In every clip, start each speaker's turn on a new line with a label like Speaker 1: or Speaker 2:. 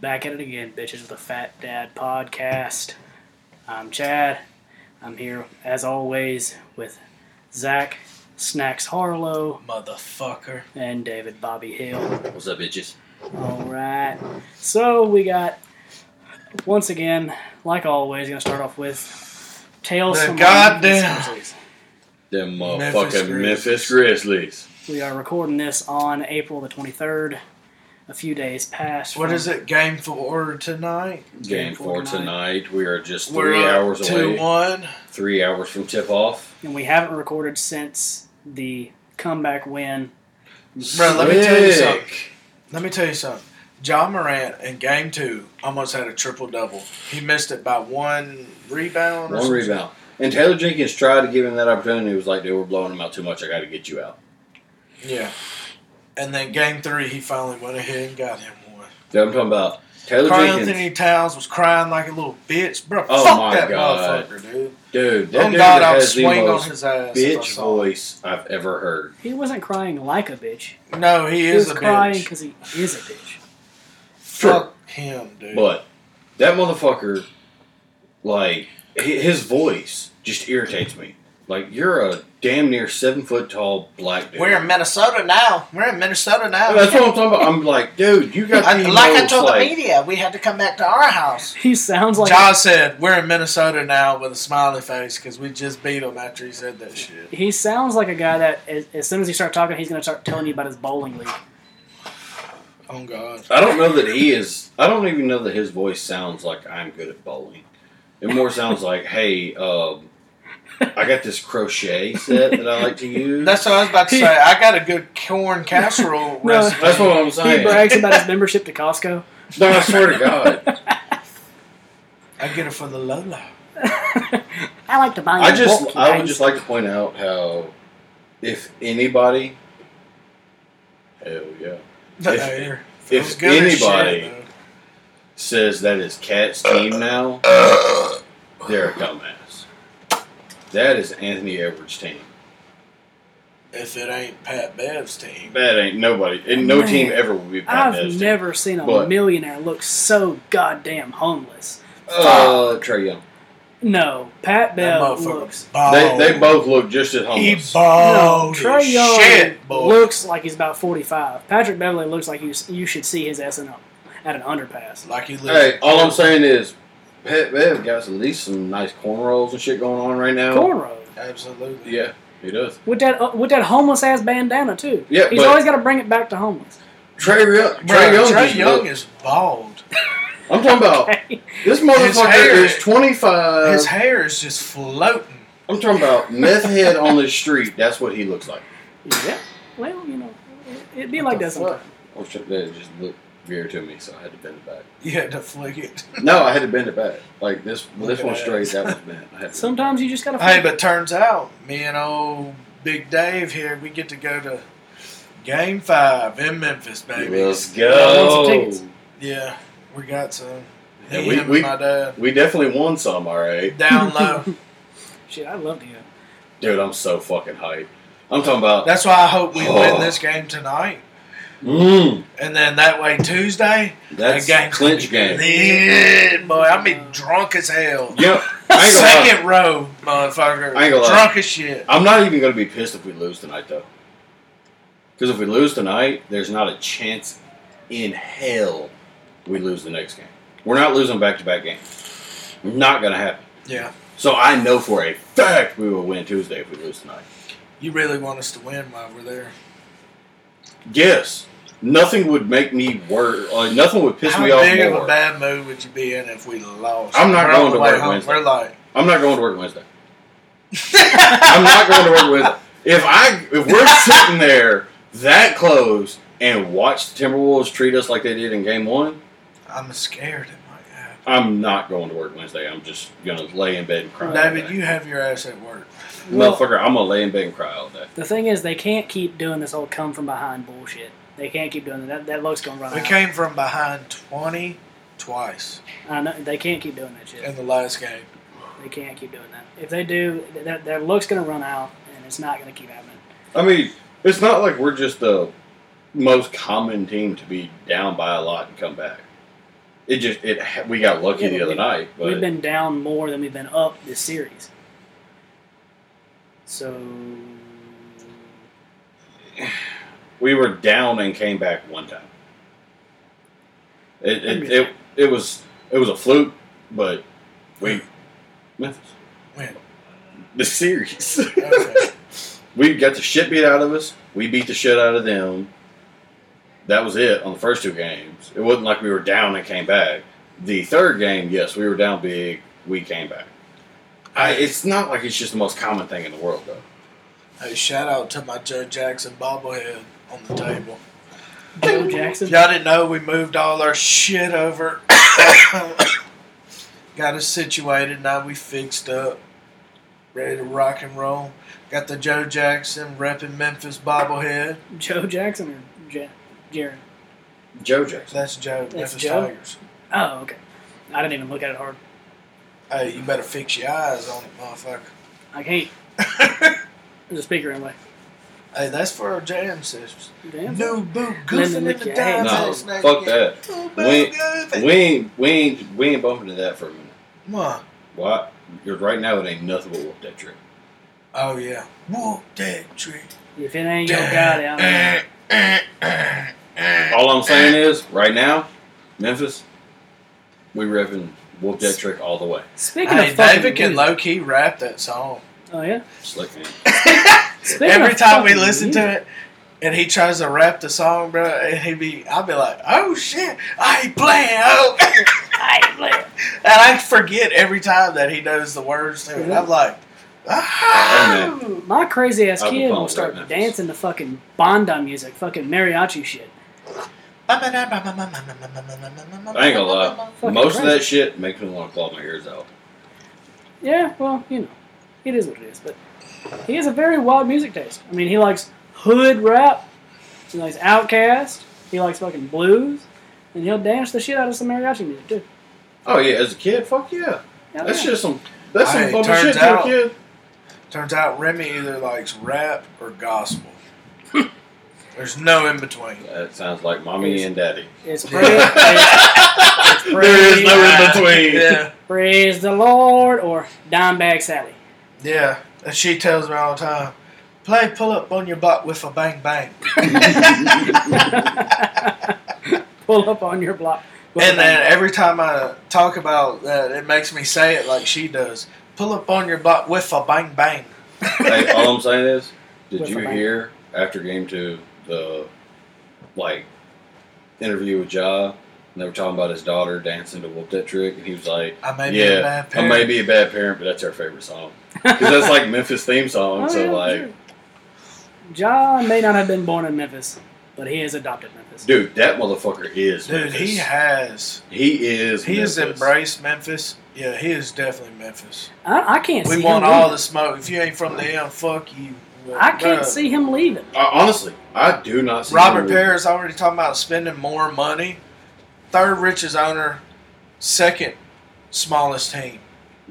Speaker 1: Back at it again, bitches, with the Fat Dad Podcast. I'm Chad. I'm here, as always, with Zach, Snacks Harlow,
Speaker 2: Motherfucker.
Speaker 1: and David Bobby Hill.
Speaker 3: What's up, bitches?
Speaker 1: All right. So we got, once again, like always, going to start off with Tales
Speaker 2: The
Speaker 1: from
Speaker 2: goddamn-
Speaker 1: Memphis Grizzlies.
Speaker 3: Them
Speaker 2: Memphis
Speaker 3: motherfucking
Speaker 2: Grizzlies.
Speaker 3: Memphis Grizzlies.
Speaker 1: We are recording this on April the 23rd, a few days past.
Speaker 2: What is it? Game four tonight.
Speaker 3: Game four tonight. We are just 3
Speaker 2: We're up
Speaker 3: hours
Speaker 2: two
Speaker 3: away.
Speaker 2: one.
Speaker 3: Three hours from tip off.
Speaker 1: and we haven't recorded since the comeback win.
Speaker 2: Bro, let me tell you
Speaker 3: Slick.
Speaker 2: something. Let me tell you something. John Morant in game two almost had a triple double. He missed it by one rebound. or
Speaker 3: One
Speaker 2: something.
Speaker 3: rebound. And Taylor Jenkins tried to give him that opportunity. He was like, dude, we're blowing him out too much. I got to get you out.
Speaker 2: Yeah. And then game three, he finally went ahead and got him one.
Speaker 3: Dude, I'm talking about Taylor
Speaker 2: Carl
Speaker 3: Jenkins.
Speaker 2: Anthony Towns was crying like a little bitch. Bro,
Speaker 3: Oh
Speaker 2: fuck
Speaker 3: my
Speaker 2: that
Speaker 3: God.
Speaker 2: motherfucker, dude.
Speaker 3: Dude, that
Speaker 2: Oh
Speaker 3: dude
Speaker 2: God, I would
Speaker 3: has the
Speaker 2: swing on
Speaker 3: most
Speaker 2: his ass. if I
Speaker 3: bitch
Speaker 2: saw him.
Speaker 3: voice I've ever heard.
Speaker 1: He wasn't crying like a bitch.
Speaker 2: No, he
Speaker 1: He
Speaker 2: is
Speaker 1: was
Speaker 2: a
Speaker 1: crying
Speaker 2: bitch.
Speaker 1: because he is a bitch.
Speaker 2: Fuck him, dude.
Speaker 3: But that motherfucker, like hi- his voice just irritates me. Like you're a damn near seven foot tall black dude.
Speaker 2: We're in Minnesota now. We're in Minnesota now.
Speaker 3: That's what I'm talking about. I'm like, dude, you got
Speaker 2: I-
Speaker 3: the
Speaker 2: like I
Speaker 3: most,
Speaker 2: told
Speaker 3: like-
Speaker 2: the media, we had to come back to our house.
Speaker 1: He sounds like
Speaker 2: John said, "We're in Minnesota now" with a smiley face because we just beat him after he said that shit.
Speaker 1: he sounds like a guy that as, as soon as he starts talking, he's gonna start telling you about his bowling league.
Speaker 2: Oh God!
Speaker 3: I don't know that he is. I don't even know that his voice sounds like I'm good at bowling. It more sounds like, hey, um, I got this crochet set that I like to use.
Speaker 2: That's what I was about to
Speaker 1: He-
Speaker 2: say. I got a good corn casserole
Speaker 1: No.
Speaker 2: recipe.
Speaker 3: That's what I'm
Speaker 1: He
Speaker 3: saying.
Speaker 1: brags about his membership to Costco.
Speaker 3: No, I swear to God.
Speaker 2: I get it from the Lola.
Speaker 1: I like to buy.
Speaker 3: I
Speaker 1: in
Speaker 3: just
Speaker 1: bulk,
Speaker 3: I would
Speaker 1: guys.
Speaker 3: just like to point out how if anybody hell yeah If-
Speaker 2: There.
Speaker 3: if
Speaker 2: Feels good as shit,
Speaker 3: anybody-
Speaker 2: though.
Speaker 3: says that is Cat's team now, they're a dumbass. That is Anthony Edwards' team.
Speaker 2: if it ain't Pat Bev's team,
Speaker 3: That ain't nobody. And no
Speaker 1: Man,
Speaker 3: team ever will be Pat
Speaker 1: I've
Speaker 3: Bev's team.
Speaker 1: never seen a
Speaker 3: But-
Speaker 1: millionaire look so goddamn homeless.
Speaker 3: Uh, Trey Young.
Speaker 1: No, Pat
Speaker 2: that
Speaker 1: Bell
Speaker 2: motherfucker
Speaker 1: looks.
Speaker 3: They,
Speaker 2: bald.
Speaker 3: they both look just as
Speaker 2: Oh. He
Speaker 3: homeless.
Speaker 1: No,
Speaker 2: bald.
Speaker 1: Trey
Speaker 2: as
Speaker 1: Young
Speaker 2: shit, boy.
Speaker 1: looks like he's about forty-five. Patrick Beverly looks like you. You should see his ass in a, at an underpass.
Speaker 2: like he lives.
Speaker 3: Hey, all I'm saying is Pat Bev got some, at least some nice cornrows and shit going on right now.
Speaker 1: Cornrows.
Speaker 2: Absolutely.
Speaker 3: Yeah, he does.
Speaker 1: with that uh, with that homeless ass bandana too.
Speaker 3: Yeah,
Speaker 1: he's
Speaker 3: but-
Speaker 1: always got to bring it back to homeless.
Speaker 3: Trey, Young- Trey
Speaker 2: Bro,
Speaker 3: Young.
Speaker 2: Trey
Speaker 3: just
Speaker 2: Young
Speaker 3: look-
Speaker 2: is bald.
Speaker 3: I'm talking about. This
Speaker 2: hair-
Speaker 3: motherfucker is 25.
Speaker 2: His hair is just floating.
Speaker 3: I'm talking about meth head on the street. That's what he looks like.
Speaker 1: yeah. Well, you know, it- it'd be like that sometimes.
Speaker 3: Oh shit, that just looked weird to me, so I had to bend it back.
Speaker 2: You had to flick it.
Speaker 3: No, I had to bend it back. Like this,
Speaker 2: Look
Speaker 3: this
Speaker 2: at
Speaker 3: one's
Speaker 2: that.
Speaker 3: straight. That one's bent. I had to-
Speaker 1: Sometimes you just gotta.
Speaker 2: hey, but turns out me and old Big Dave here, we get to go to Game Five in Memphis, baby.
Speaker 3: Let's
Speaker 1: I
Speaker 3: go.
Speaker 1: want some
Speaker 2: Yeah, we got some.
Speaker 3: Yeah,
Speaker 2: He,
Speaker 3: we-
Speaker 2: him,
Speaker 3: we-
Speaker 2: and my dad
Speaker 3: We definitely won some, all right,
Speaker 2: down low.
Speaker 1: shit, I love to go.
Speaker 3: dude. I'm so fucking hyped. I'm talking about.
Speaker 2: That's why I hope we
Speaker 3: Oh.
Speaker 2: win this game tonight,
Speaker 3: Mmm,
Speaker 2: and then that way Tuesday
Speaker 3: that's
Speaker 2: the game's gonna
Speaker 3: clinch
Speaker 2: be
Speaker 3: game.
Speaker 2: lit, boy, I'll be drunk as hell.
Speaker 3: Yep. I ain't gonna lie.
Speaker 2: Second row, motherfucker.
Speaker 3: I ain't gonna lie.
Speaker 2: drunk as shit.
Speaker 3: I'm not even gonna be pissed if we lose tonight, though. Because if we lose tonight, there's not a chance in hell we lose the next game. We're not losing back to back games. Not gonna happen.
Speaker 2: Yeah,
Speaker 3: So I know for a fact we will win Tuesday if we lose tonight.
Speaker 2: you really want us to win while we're there.
Speaker 3: Yes. Nothing would make me worse. Like nothing would piss
Speaker 2: How
Speaker 3: me off
Speaker 2: big of a
Speaker 3: more.
Speaker 2: bad mood would you be in if we lost?
Speaker 3: I'm not
Speaker 2: We're
Speaker 3: going
Speaker 2: on
Speaker 3: to
Speaker 2: the way
Speaker 3: work
Speaker 2: home,
Speaker 3: Wednesday.
Speaker 2: We're like,
Speaker 3: I'm not going to work Wednesday. I'm not going to work Wednesday. If I if we're sitting there that close and watch the Timberwolves treat us like they did in Game One,
Speaker 2: I'm scared it might happen.
Speaker 3: I'm not going to work Wednesday. I'm just gonna lay in bed and cry. all
Speaker 2: David,
Speaker 3: day.
Speaker 2: you have your ass at work.
Speaker 1: Well-
Speaker 3: motherfucker, I'm gonna lay in bed and cry all day.
Speaker 1: The thing is, they can't keep doing this whole come from behind bullshit. They can't keep doing that. That, that look's gonna run
Speaker 2: We
Speaker 1: out.
Speaker 2: came from behind 20 twice
Speaker 1: I know, they can't keep doing that shit.
Speaker 2: in the last game.
Speaker 1: They can't keep doing that. If they do, th- that their look's gonna run out, and it's not gonna keep happening.
Speaker 3: I mean, it's not like we're just the most common team to be down by a lot and come back. It just it ha- we got lucky
Speaker 1: Yeah,
Speaker 3: the other
Speaker 1: we-
Speaker 3: night, but
Speaker 1: We've been down more than we've been up this series. So
Speaker 3: we were down and came back one time. It it, it it was it was a fluke, but we Memphis
Speaker 2: When?
Speaker 3: the series.
Speaker 2: Okay.
Speaker 3: we got the shit beat out of us. We beat the shit out of them. That was it on the first two games. It wasn't like we were down and came back. The third game, yes, we were down big. We came back. I, it's not like it's just the most common thing in the world, though.
Speaker 2: Hey, shout out to my Joe Jackson bobblehead on the table.
Speaker 1: Joe Jackson.
Speaker 2: If y'all didn't know, we moved all our shit over. Got us situated. Now we fixed up. Ready to rock and roll. Got the Joe Jackson repping Memphis bobblehead.
Speaker 1: Joe Jackson or ja- Jared?
Speaker 3: Joe Jackson.
Speaker 2: That's Joe. Memphis
Speaker 1: Joe.
Speaker 2: Tigers.
Speaker 1: Oh, okay. I didn't even look at it hard.
Speaker 2: Hey, you better fix your eyes on it, motherfucker.
Speaker 1: I can't. There's a speaker in the way.
Speaker 2: hey, that's for our jam sessions.
Speaker 1: Damn.
Speaker 2: New boot
Speaker 1: Lemon
Speaker 2: goofing in
Speaker 1: lick
Speaker 2: the
Speaker 1: your
Speaker 2: dime.
Speaker 1: ass.
Speaker 3: No, fuck that.
Speaker 2: New boot
Speaker 3: We-
Speaker 2: goofing.
Speaker 3: We ain't we ain't we ain't bumping to that for a minute.
Speaker 2: Come on.
Speaker 3: Why? Because right now it ain't nothing but whoop that trick.
Speaker 2: Oh, yeah. Whoop that tree.
Speaker 1: If it ain't your guy, I'm out.
Speaker 3: All I'm saying is, right now, Memphis, we repping whoop that trick all the way.
Speaker 1: Speaking
Speaker 2: Hey,
Speaker 1: of fucking
Speaker 2: David can
Speaker 1: music-
Speaker 2: low key rap that song.
Speaker 1: Oh yeah.
Speaker 3: Slick man.
Speaker 1: Speaking
Speaker 2: Every
Speaker 1: of
Speaker 2: time we
Speaker 1: fucking
Speaker 2: listen
Speaker 1: music-
Speaker 2: to it, and he tries to rap the song, bro, and he be, I'll be like, oh shit, I ain't playing, oh,
Speaker 1: I ain't playing.
Speaker 2: and I forget every time that he knows the words to it. I'm like, ah,
Speaker 1: My crazy ass
Speaker 3: I'll be
Speaker 1: kid
Speaker 3: fine
Speaker 1: will
Speaker 3: with
Speaker 1: start
Speaker 3: that, Memphis.
Speaker 1: dancing to fucking banda music, fucking mariachi shit.
Speaker 3: I ain't gonna lie.
Speaker 1: Fucking
Speaker 3: Most of
Speaker 1: crazy.
Speaker 3: that shit makes me want to claw my ears out.
Speaker 1: Yeah, well, you know, it is what it is. But he has a very wild music taste. I mean, he likes hood rap. He likes Outkast. He likes fucking blues, and he'll dance the shit out of some mariachi music too.
Speaker 3: Oh yeah, as a kid, fuck yeah.
Speaker 1: Hell
Speaker 3: that's
Speaker 1: yeah.
Speaker 3: just some. That's some
Speaker 2: Hey,
Speaker 3: bumpy
Speaker 2: turns
Speaker 3: shit
Speaker 2: out-
Speaker 3: to a kid.
Speaker 2: Turns out Remy either likes rap or gospel. There's no in between.
Speaker 3: That sounds like mommy and daddy.
Speaker 1: it's pretty. it's, it's
Speaker 3: There is
Speaker 1: praise,
Speaker 3: no- in between.
Speaker 2: Yeah,
Speaker 1: praise the Lord or Dimebag Sally.
Speaker 2: yeah. And she tells me all the time, play pull up on your butt with a bang bang.
Speaker 1: Pull up on your block.
Speaker 2: And then every time I talk about that, it makes me say it like she does. Pull up on your butt with a bang bang.
Speaker 3: hey, all I'm saying is, did
Speaker 1: With
Speaker 3: you
Speaker 1: the bank.
Speaker 3: hear after game two the like interview with Ja? And they were talking about his daughter dancing to "Whoop That Trick," and he was like,
Speaker 2: I may be a
Speaker 3: "Yeah,
Speaker 2: bad
Speaker 3: I
Speaker 2: parent.
Speaker 3: may be a bad parent, but that's our favorite song because that's like Memphis theme song." so
Speaker 1: Oh, yeah,
Speaker 3: like,
Speaker 1: sure. John may not have been born in Memphis, but he is adopted Memphis.
Speaker 3: dude, that motherfucker is
Speaker 2: Dude, he
Speaker 3: Memphis.
Speaker 2: has.
Speaker 3: he is
Speaker 2: He has
Speaker 3: Memphis.
Speaker 2: embraced Memphis. Yeah, he is definitely Memphis.
Speaker 1: I, I can't see
Speaker 2: We want
Speaker 1: him
Speaker 2: all
Speaker 1: leaving.
Speaker 2: the smoke. If you ain't from the M, fuck you.
Speaker 1: I can't
Speaker 2: Bruh.
Speaker 1: see him leaving.
Speaker 3: I, honestly, I do not see
Speaker 2: Robert
Speaker 3: him-
Speaker 2: Perris already talking about spending more money. Third richest owner, second smallest team.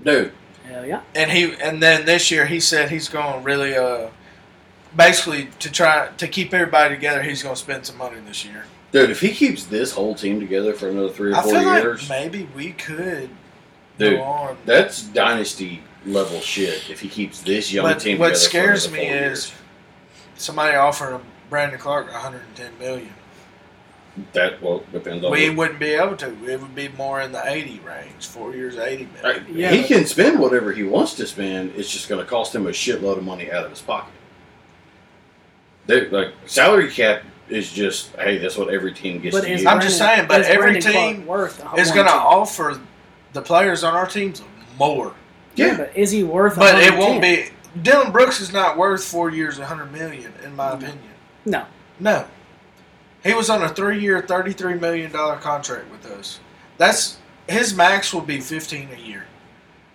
Speaker 3: Dude,
Speaker 1: Hell yeah.
Speaker 2: and he and then this year he said he's going to really uh basically to try to keep everybody together he's going to spend some money this year
Speaker 3: dude, if he keeps this whole team together for another three or
Speaker 2: i
Speaker 3: four
Speaker 2: feel
Speaker 3: years,
Speaker 2: like maybe we could
Speaker 3: Dude,
Speaker 2: go on
Speaker 3: That's dynasty level shit. If he keeps this young
Speaker 2: But
Speaker 3: team,
Speaker 2: what
Speaker 3: together for
Speaker 2: scares
Speaker 3: another
Speaker 2: me
Speaker 3: four
Speaker 2: is- somebody offered him brandon clark 110 million
Speaker 3: years. that well depends on.
Speaker 2: we
Speaker 3: what-
Speaker 2: wouldn't be able to it would be more in the 80 range four years 80 million
Speaker 3: Right,
Speaker 1: Yeah,
Speaker 3: he
Speaker 1: but-
Speaker 3: can spend whatever he wants to spend. It's just going to cost him a shitload of money out of his pocket. They like salary cap is just hey, that's what every team gets.
Speaker 1: But
Speaker 3: to
Speaker 1: is
Speaker 3: use.
Speaker 2: I'm just saying, but
Speaker 1: is
Speaker 2: every
Speaker 1: Brandon Clark
Speaker 2: team
Speaker 1: worth a
Speaker 2: it's
Speaker 1: one
Speaker 2: going to
Speaker 1: team?
Speaker 2: offer the players on our teams more
Speaker 1: Yeah,
Speaker 3: yeah,
Speaker 1: but is he worth? a
Speaker 2: but it
Speaker 1: 110?
Speaker 2: won't be dylan brooks is not worth four years 100 million in my
Speaker 1: No.
Speaker 2: opinion
Speaker 1: No,
Speaker 2: No. He was on a three year, $33 million contract with us. That's His max will be 15 a year.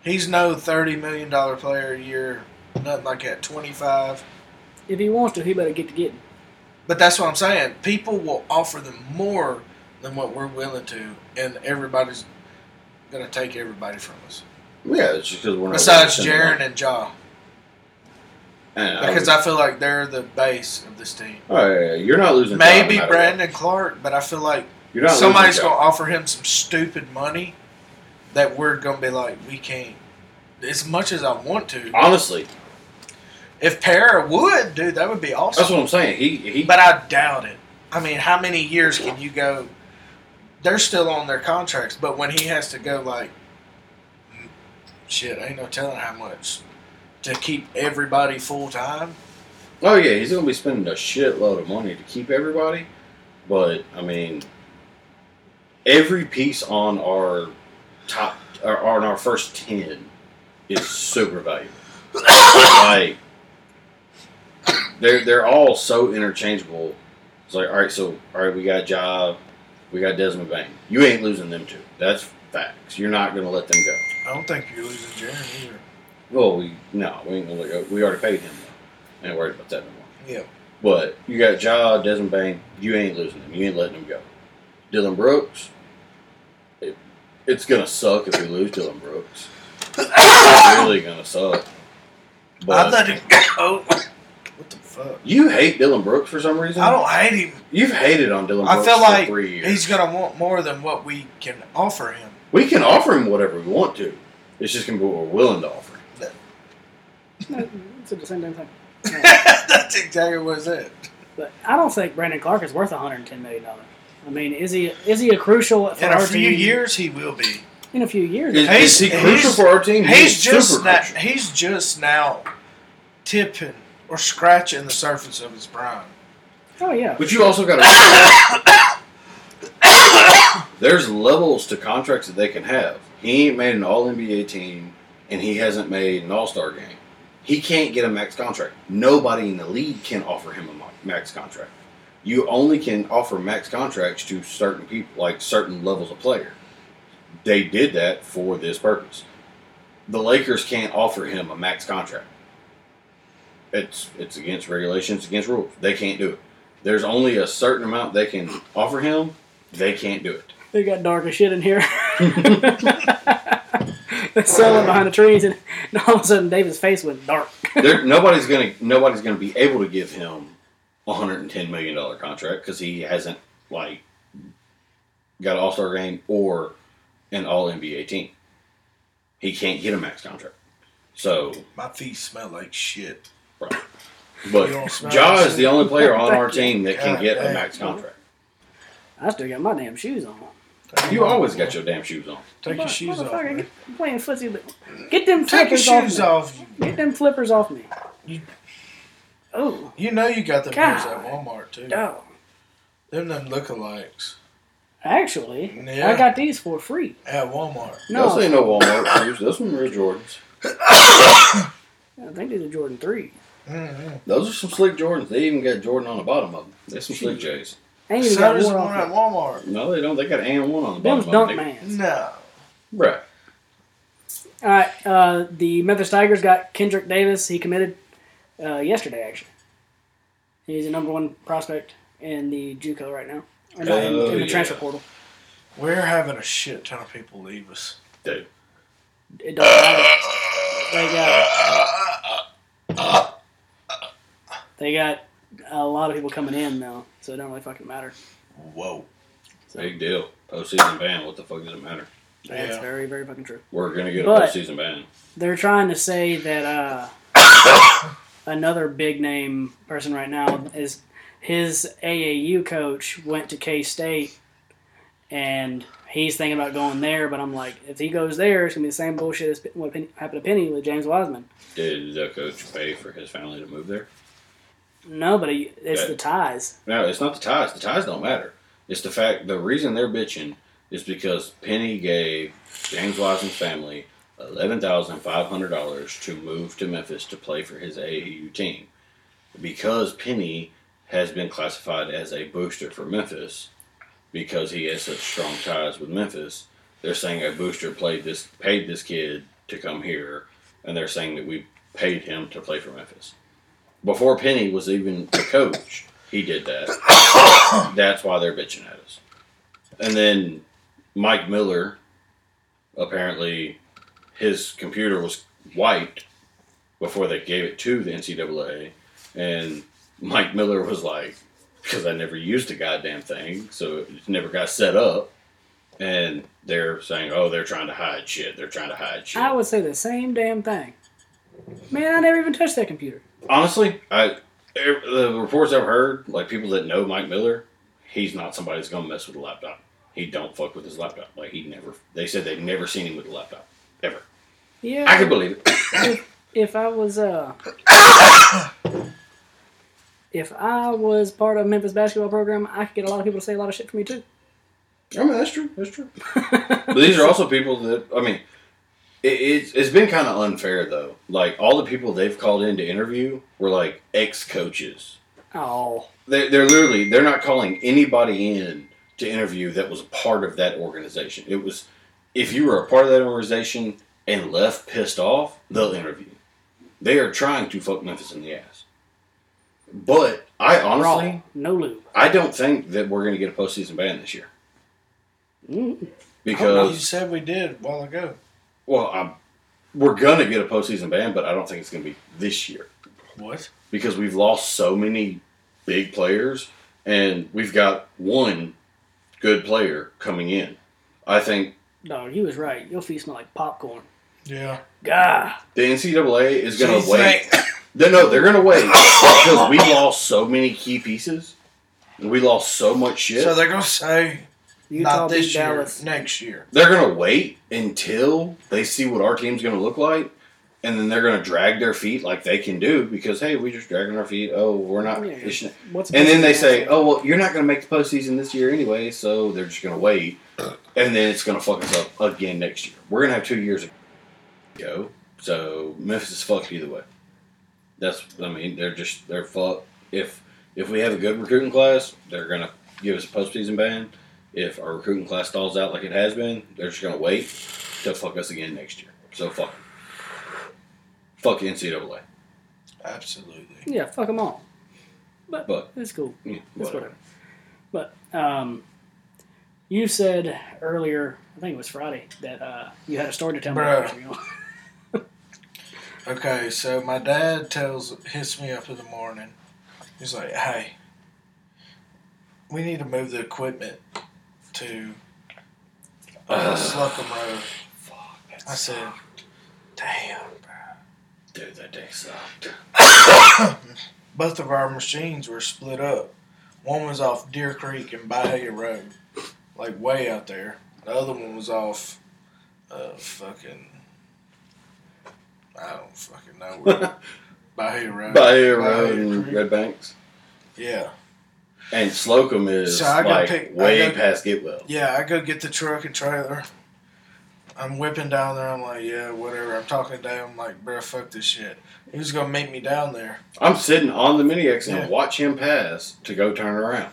Speaker 2: He's no $30 million player a year, nothing like that, 25
Speaker 1: if he wants to, he better get to getting.
Speaker 2: But that's what I'm saying. People will offer them more than what we're willing to, and everybody's going to take everybody from us.
Speaker 3: yeah. It's just because we're not
Speaker 2: Besides
Speaker 3: really spending
Speaker 2: Jaron and Ja,
Speaker 3: money. And I
Speaker 2: because
Speaker 3: would-
Speaker 2: I feel like they're the base of this team.
Speaker 3: Oh, yeah, yeah, you're not losing. Todd, no
Speaker 2: Maybe
Speaker 3: matter what.
Speaker 2: Brandon Clark, but I feel like
Speaker 3: You're not losing
Speaker 2: Somebody's
Speaker 3: Joe.
Speaker 2: gonna offer him some stupid money that we're gonna be like, we can't. As much as I want to,
Speaker 3: Honestly,
Speaker 2: if Para would, dude, that would be
Speaker 3: that's
Speaker 2: awesome.
Speaker 3: what I'm saying. He he.
Speaker 2: But I doubt it. I mean, how many years can you go? They're still on their contracts, but when he has to go, like, shit, ain't no telling how much to keep everybody full time.
Speaker 3: oh yeah, he's gonna be spending a shitload of money to keep everybody. But I mean, every piece on our top or on our first ten is super valuable. like they're they're all so interchangeable. It's like all right, so all right, we got Job, we got Desmond Bain. You ain't losing them two. That's facts. You're not gonna let them go.
Speaker 2: I don't think you're losing Jaron either.
Speaker 3: Well, we, no, we ain't gonna let go. We already paid him. Though. Ain't worried about that no more.
Speaker 2: Yeah.
Speaker 3: But you got Ja, Desmond Bain. You ain't losing him. You ain't letting him go. Dylan Brooks. It, it's gonna suck if we lose Dylan Brooks. it's really gonna suck.
Speaker 2: I
Speaker 3: But
Speaker 2: let him go. what the fuck?
Speaker 3: you hate Dylan Brooks for some reason.
Speaker 2: I don't hate him.
Speaker 3: You've hated on Dylan. Brooks
Speaker 2: I feel
Speaker 3: for
Speaker 2: like
Speaker 3: three years.
Speaker 2: He's gonna want more than what we can offer him.
Speaker 3: we can offer him whatever we want to. It's just gonna be what we're willing to offer. him.
Speaker 1: It's the same damn thing.
Speaker 2: That's exactly what it said.
Speaker 1: But I don't think Brandon Clark is worth 110 million dollars. I mean, is he is he a crucial for
Speaker 2: In
Speaker 1: our
Speaker 2: a few
Speaker 1: team?
Speaker 2: years, he will be.
Speaker 1: In a few years,
Speaker 3: Is,
Speaker 2: He's-
Speaker 3: is he
Speaker 2: he's-
Speaker 3: crucial for our team? He
Speaker 2: He's
Speaker 3: is
Speaker 2: just
Speaker 3: super
Speaker 2: now,
Speaker 3: crucial.
Speaker 2: he's just now tipping or scratching the surface of his prime.
Speaker 1: oh yeah,
Speaker 3: But you also got to. There's levels to contracts that they can have. He ain't made an All NBA team, and he hasn't made an All Star game. He can't get a max contract. Nobody in the league can offer him a mo- max contract. You only can offer max contracts to certain people, like certain levels of player. They did that for this purpose. The Lakers can't offer him a max contract. It's it's against regulations, against rules. They can't do it there's only a certain amount they can offer him. They can't do it.
Speaker 1: they got dark as shit in here. They're selling behind the trees, and, and all of a sudden, David's face went dark.
Speaker 3: There, nobody's gonna nobody's gonna be able to give him a hundred and ten million dollar contract because he hasn't like got an All Star game or an All NBA team. He can't get a max contract. So,
Speaker 2: My feet smell like shit.
Speaker 3: but
Speaker 2: You don't smell
Speaker 3: Ja
Speaker 2: it.
Speaker 3: is the only player on our team that can
Speaker 2: God
Speaker 3: get a
Speaker 2: damn.
Speaker 3: max contract.
Speaker 1: I still got my damn shoes on.
Speaker 3: You always got your damn shoes on.
Speaker 2: take your shoes off.
Speaker 1: Motherfucker,
Speaker 2: man.
Speaker 1: Get, I'm playing footsie. but- Get them
Speaker 2: Take your
Speaker 1: flippers off
Speaker 2: shoes
Speaker 1: me.
Speaker 2: off. you-
Speaker 1: Get them flippers off me.
Speaker 2: You-
Speaker 1: Oh,
Speaker 2: You know you got them
Speaker 1: God.
Speaker 2: things at Walmart too.
Speaker 1: no.
Speaker 2: Them them lookalikes
Speaker 1: Actually,
Speaker 2: Yeah.
Speaker 1: I got these for free.
Speaker 2: at Walmart.
Speaker 1: No,
Speaker 3: Those ain't no Walmart shoes. Those ones are Jordans.
Speaker 1: I think these are Jordan 3.
Speaker 2: Mm-hmm.
Speaker 3: Those are some slick Jordans. They even got Jordan on the bottom of them. They're some slick J's.
Speaker 1: I ain't even
Speaker 2: So
Speaker 1: got
Speaker 2: does the
Speaker 1: one
Speaker 2: one at
Speaker 1: off.
Speaker 2: Walmart.
Speaker 3: No, they don't. They got and one on the
Speaker 1: Them's
Speaker 3: bottom.
Speaker 1: dunk
Speaker 3: of it.
Speaker 1: mans.
Speaker 2: No.
Speaker 3: Right.
Speaker 1: All right, uh, the Memphis Tigers got Kendrick Davis. He committed uh, yesterday, actually. He's the number one prospect in the JUCO right now, or not, in,
Speaker 3: Oh,
Speaker 1: in the
Speaker 3: yeah.
Speaker 1: transfer portal.
Speaker 2: We're having a shit ton of people leave us.
Speaker 3: Dude.
Speaker 1: It doesn't matter. They got they got a lot of people coming in now, so it don't really fucking matter.
Speaker 2: Whoa.
Speaker 3: Big deal. Postseason ban. What the fuck does it matter?
Speaker 1: That's
Speaker 2: Yeah.
Speaker 1: very, very fucking true.
Speaker 3: We're gonna get a
Speaker 1: But-
Speaker 3: postseason ban.
Speaker 1: They're trying to say that uh, another big name person right now is his AAU coach went to K State, and he's thinking about going there. But I'm like, if he goes there, it's gonna be the same bullshit as what Penny- happened to Penny with James Wiseman.
Speaker 3: Did the coach pay for his family to move there?
Speaker 1: Nobody, it's
Speaker 3: Yeah.
Speaker 1: the ties.
Speaker 3: No, it's not the ties. The ties don't matter. It's the fact. The reason they're bitching is because Penny gave James Wiseman's family eleven thousand five hundred dollars to move to Memphis to play for his AAU team, because Penny has been classified as a booster for Memphis because he has such strong ties with Memphis. They're saying a booster played this paid this kid to come here, and they're saying that we paid him to play for Memphis. Before Penny was even the coach, he did that. That's why they're bitching at us. And then Mike Miller, apparently, his computer was wiped before they gave it to the NCAA, and Mike Miller was like, because I never used the goddamn thing, so it never got set up. And they're saying, "Oh, they're trying to hide shit. They're trying to hide shit."
Speaker 1: I would say the same damn thing. Man, I never even touched that computer.
Speaker 3: Honestly, I er, the reports I've heard, like people that know Mike Miller, he's not somebody that's gonna mess with a laptop. He don't fuck with his laptop. Like he never. They said they've never seen him with a laptop ever.
Speaker 1: Yeah.
Speaker 3: I can believe it.
Speaker 1: if I was uh if I was part of Memphis basketball program, I could get a lot of people to say a lot of shit for me too.
Speaker 3: I mean, that's true. That's true. But these are also people that I mean, it, it's it's been kind of unfair though. Like all the people they've called in to interview were like ex coaches.
Speaker 1: oh,
Speaker 3: They they're literally they're not calling anybody in to interview that was a part of that organization. It was if you were a part of that organization and left pissed off, they'll interview. you. They are trying to fuck Memphis in the ass. But I honestly,
Speaker 1: wrong. No lube.
Speaker 3: I don't think that we're going to get a postseason ban this year
Speaker 1: Mm.
Speaker 2: Because you
Speaker 3: because
Speaker 2: said we did a while ago.
Speaker 3: Well, I'm, we're gonna get a postseason ban, but I don't think it's gonna be this year
Speaker 2: What?
Speaker 3: because we've lost so many big players, and we've got one good player coming in. I think
Speaker 1: Dog, you was right. Your feet smell like popcorn.
Speaker 2: Yeah.
Speaker 1: God.
Speaker 3: the NCAA is gonna
Speaker 2: Jeez,
Speaker 3: wait.
Speaker 2: thank-
Speaker 3: They, no, they're gonna wait because we lost so many key pieces. and We lost so much shit.
Speaker 2: So
Speaker 3: they're,
Speaker 2: they're gonna say
Speaker 1: Utah
Speaker 2: not this
Speaker 1: beat
Speaker 2: year,
Speaker 1: Dallas.
Speaker 2: next year.
Speaker 3: gonna wait until they see what our team's gonna look like. And then they're going to drag their feet like they can do because, hey, we're just dragging our feet. Oh, we're not.
Speaker 1: Yeah.
Speaker 3: it's-
Speaker 1: What's
Speaker 3: And then they say, "Oh well, you're not going to make the postseason this year anyway, so they're just going to wait." And then it's going to fuck us up again next year. We're going to have two years ago, so Memphis is fucked either way. That's I mean, they're just they're fucked. If if we have a good recruiting class, they're going to give us a postseason ban. If our recruiting class stalls out like it has been, they're just going to wait to fuck us again next year. So fuck, 'em. fuck NCAA.
Speaker 2: Absolutely.
Speaker 1: yeah, fuck them all. But,
Speaker 3: But-
Speaker 1: it's cool.
Speaker 3: Yeah,
Speaker 1: It's
Speaker 3: whatever.
Speaker 1: whatever. But um, you said earlier, I think it was Friday, that uh, you had a story to tell me.
Speaker 2: Bruh. Okay, so my dad tells hits me up in the morning. He's like, "Hey, we need to move the equipment to uh, Slocum Road."
Speaker 3: Fuck,
Speaker 2: I
Speaker 3: that's-
Speaker 2: said, "Damn."
Speaker 3: dude, that day sucked.
Speaker 2: both of our machines were split up. One was off Deer Creek and Bahia Road, like way out there. The other one was off, uh, fucking, I don't fucking know where. Bahia Road.
Speaker 3: By Air Road
Speaker 2: Bahia
Speaker 3: and
Speaker 2: Creek.
Speaker 3: um, Red Banks.
Speaker 2: Yeah,
Speaker 3: And Slocum is
Speaker 2: So I gotta
Speaker 3: like
Speaker 2: pick- I
Speaker 3: way
Speaker 2: gotta-
Speaker 3: past Gitwell.
Speaker 2: yeah. I go get the truck and trailer. I'm whipping down there. I'm like, yeah, whatever. I'm talking to him. I'm like, bruh, fuck this shit. Who's gonna meet me down there,
Speaker 3: I'm sitting on the mini X and
Speaker 2: Yeah.
Speaker 3: watch him pass to go turn around.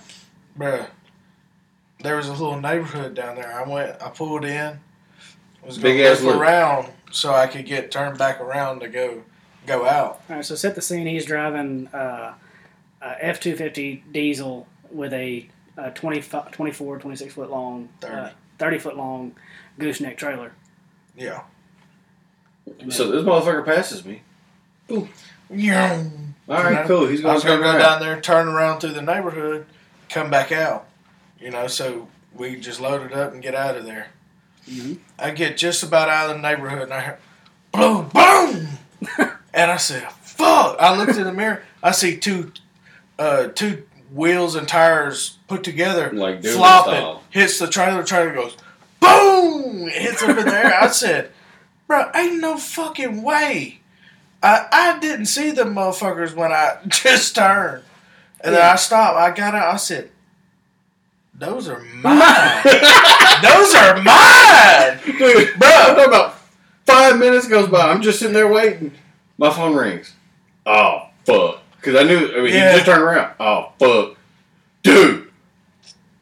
Speaker 2: bruh? There was a little neighborhood down there. I went. I pulled in. was
Speaker 3: Big
Speaker 2: going
Speaker 3: ass
Speaker 2: to loop
Speaker 3: loop.
Speaker 2: around so I could get turned back around to go go out.
Speaker 1: All right, so set the scene. He's driving uh, a F two fifty diesel with a, uh 20, 24, 26 foot long, uh,
Speaker 2: Thirty.
Speaker 1: thirty foot long gooseneck trailer.
Speaker 2: Yeah.
Speaker 3: So this motherfucker passes me.
Speaker 2: Yeah.
Speaker 3: All right,
Speaker 2: Yeah.
Speaker 3: cool. He's
Speaker 2: I
Speaker 3: going
Speaker 2: was
Speaker 3: to
Speaker 2: gonna
Speaker 3: turn
Speaker 2: go
Speaker 3: around.
Speaker 2: down there, turn around through the neighborhood, come back out. You know, so we just loaded up and get out of there.
Speaker 3: Mm-hmm.
Speaker 1: Mhm.
Speaker 2: I get just about out of the neighborhood and I heard boom, boom, and I said, "Fuck!" I looked in the mirror. I see two, uh, two wheels and tires put together,
Speaker 3: Like Dooley
Speaker 2: flopping.
Speaker 3: style.
Speaker 2: Hits the trailer. Trailer goes boom. It hits up in the air. I said, "Bro, ain't no fucking way." I, I didn't see the motherfuckers when I just turned. And then I stopped. I got out. I said, Those are mine. Those are mine.
Speaker 3: Dude, bro, I'm talking about five minutes goes by. I'm just sitting there waiting. My phone rings. Oh, fuck. Because I knew, I mean,
Speaker 2: Yeah.
Speaker 3: he just turned around. Oh, fuck. Dude.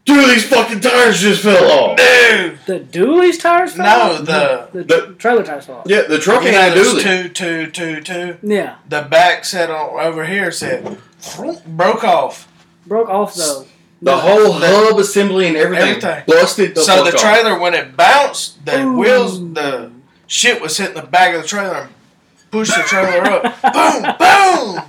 Speaker 3: Dude, these fucking tires just fell off.
Speaker 2: Dude.
Speaker 1: The Dooley's tires fell.
Speaker 2: No,
Speaker 1: off?
Speaker 2: the-
Speaker 1: the,
Speaker 3: the-
Speaker 1: trailer tires fell. off.
Speaker 3: Yeah, the truck ain't
Speaker 2: Yeah,
Speaker 3: I
Speaker 2: those
Speaker 3: do
Speaker 2: two, two, two, two.
Speaker 1: Yeah,
Speaker 2: The back set on, over here said, broke off.
Speaker 1: broke off though.
Speaker 3: The whole hub assembly and everything,
Speaker 2: Everything.
Speaker 3: busted the
Speaker 2: so
Speaker 3: fuck
Speaker 2: the
Speaker 3: off.
Speaker 2: trailer, when it bounced, the
Speaker 1: Ooh.
Speaker 2: wheels, the shit was hitting the back of the trailer and pushed the trailer up. boom, boom.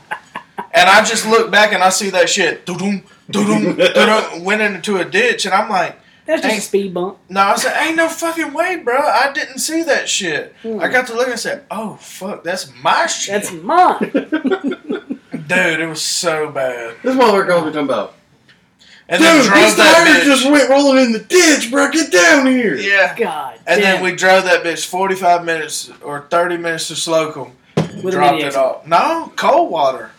Speaker 2: And I just look back and I see that shit. Doo-doom, doo-dum, doo-dum, went into a ditch, and I'm like,
Speaker 1: That's just a
Speaker 2: Hey.
Speaker 1: speed bump.
Speaker 2: no, I said, ain't no fucking way, bro. I didn't see that shit. I got to look and said, oh fuck, that's my shit,
Speaker 1: Hmm. That's mine.
Speaker 2: dude. It was so bad.
Speaker 3: This motherfucker over talking about.
Speaker 2: And
Speaker 3: Dude,
Speaker 2: then drove
Speaker 3: this
Speaker 2: that
Speaker 3: tire
Speaker 2: bitch.
Speaker 3: just went rolling in the ditch, bro. Get down here.
Speaker 2: yeah.
Speaker 1: God.
Speaker 2: And
Speaker 1: damn.
Speaker 2: then we drove that bitch 45 minutes or 30 minutes to Slocum.
Speaker 1: With a
Speaker 2: dropped it
Speaker 1: mediator.
Speaker 2: off. No, cold water.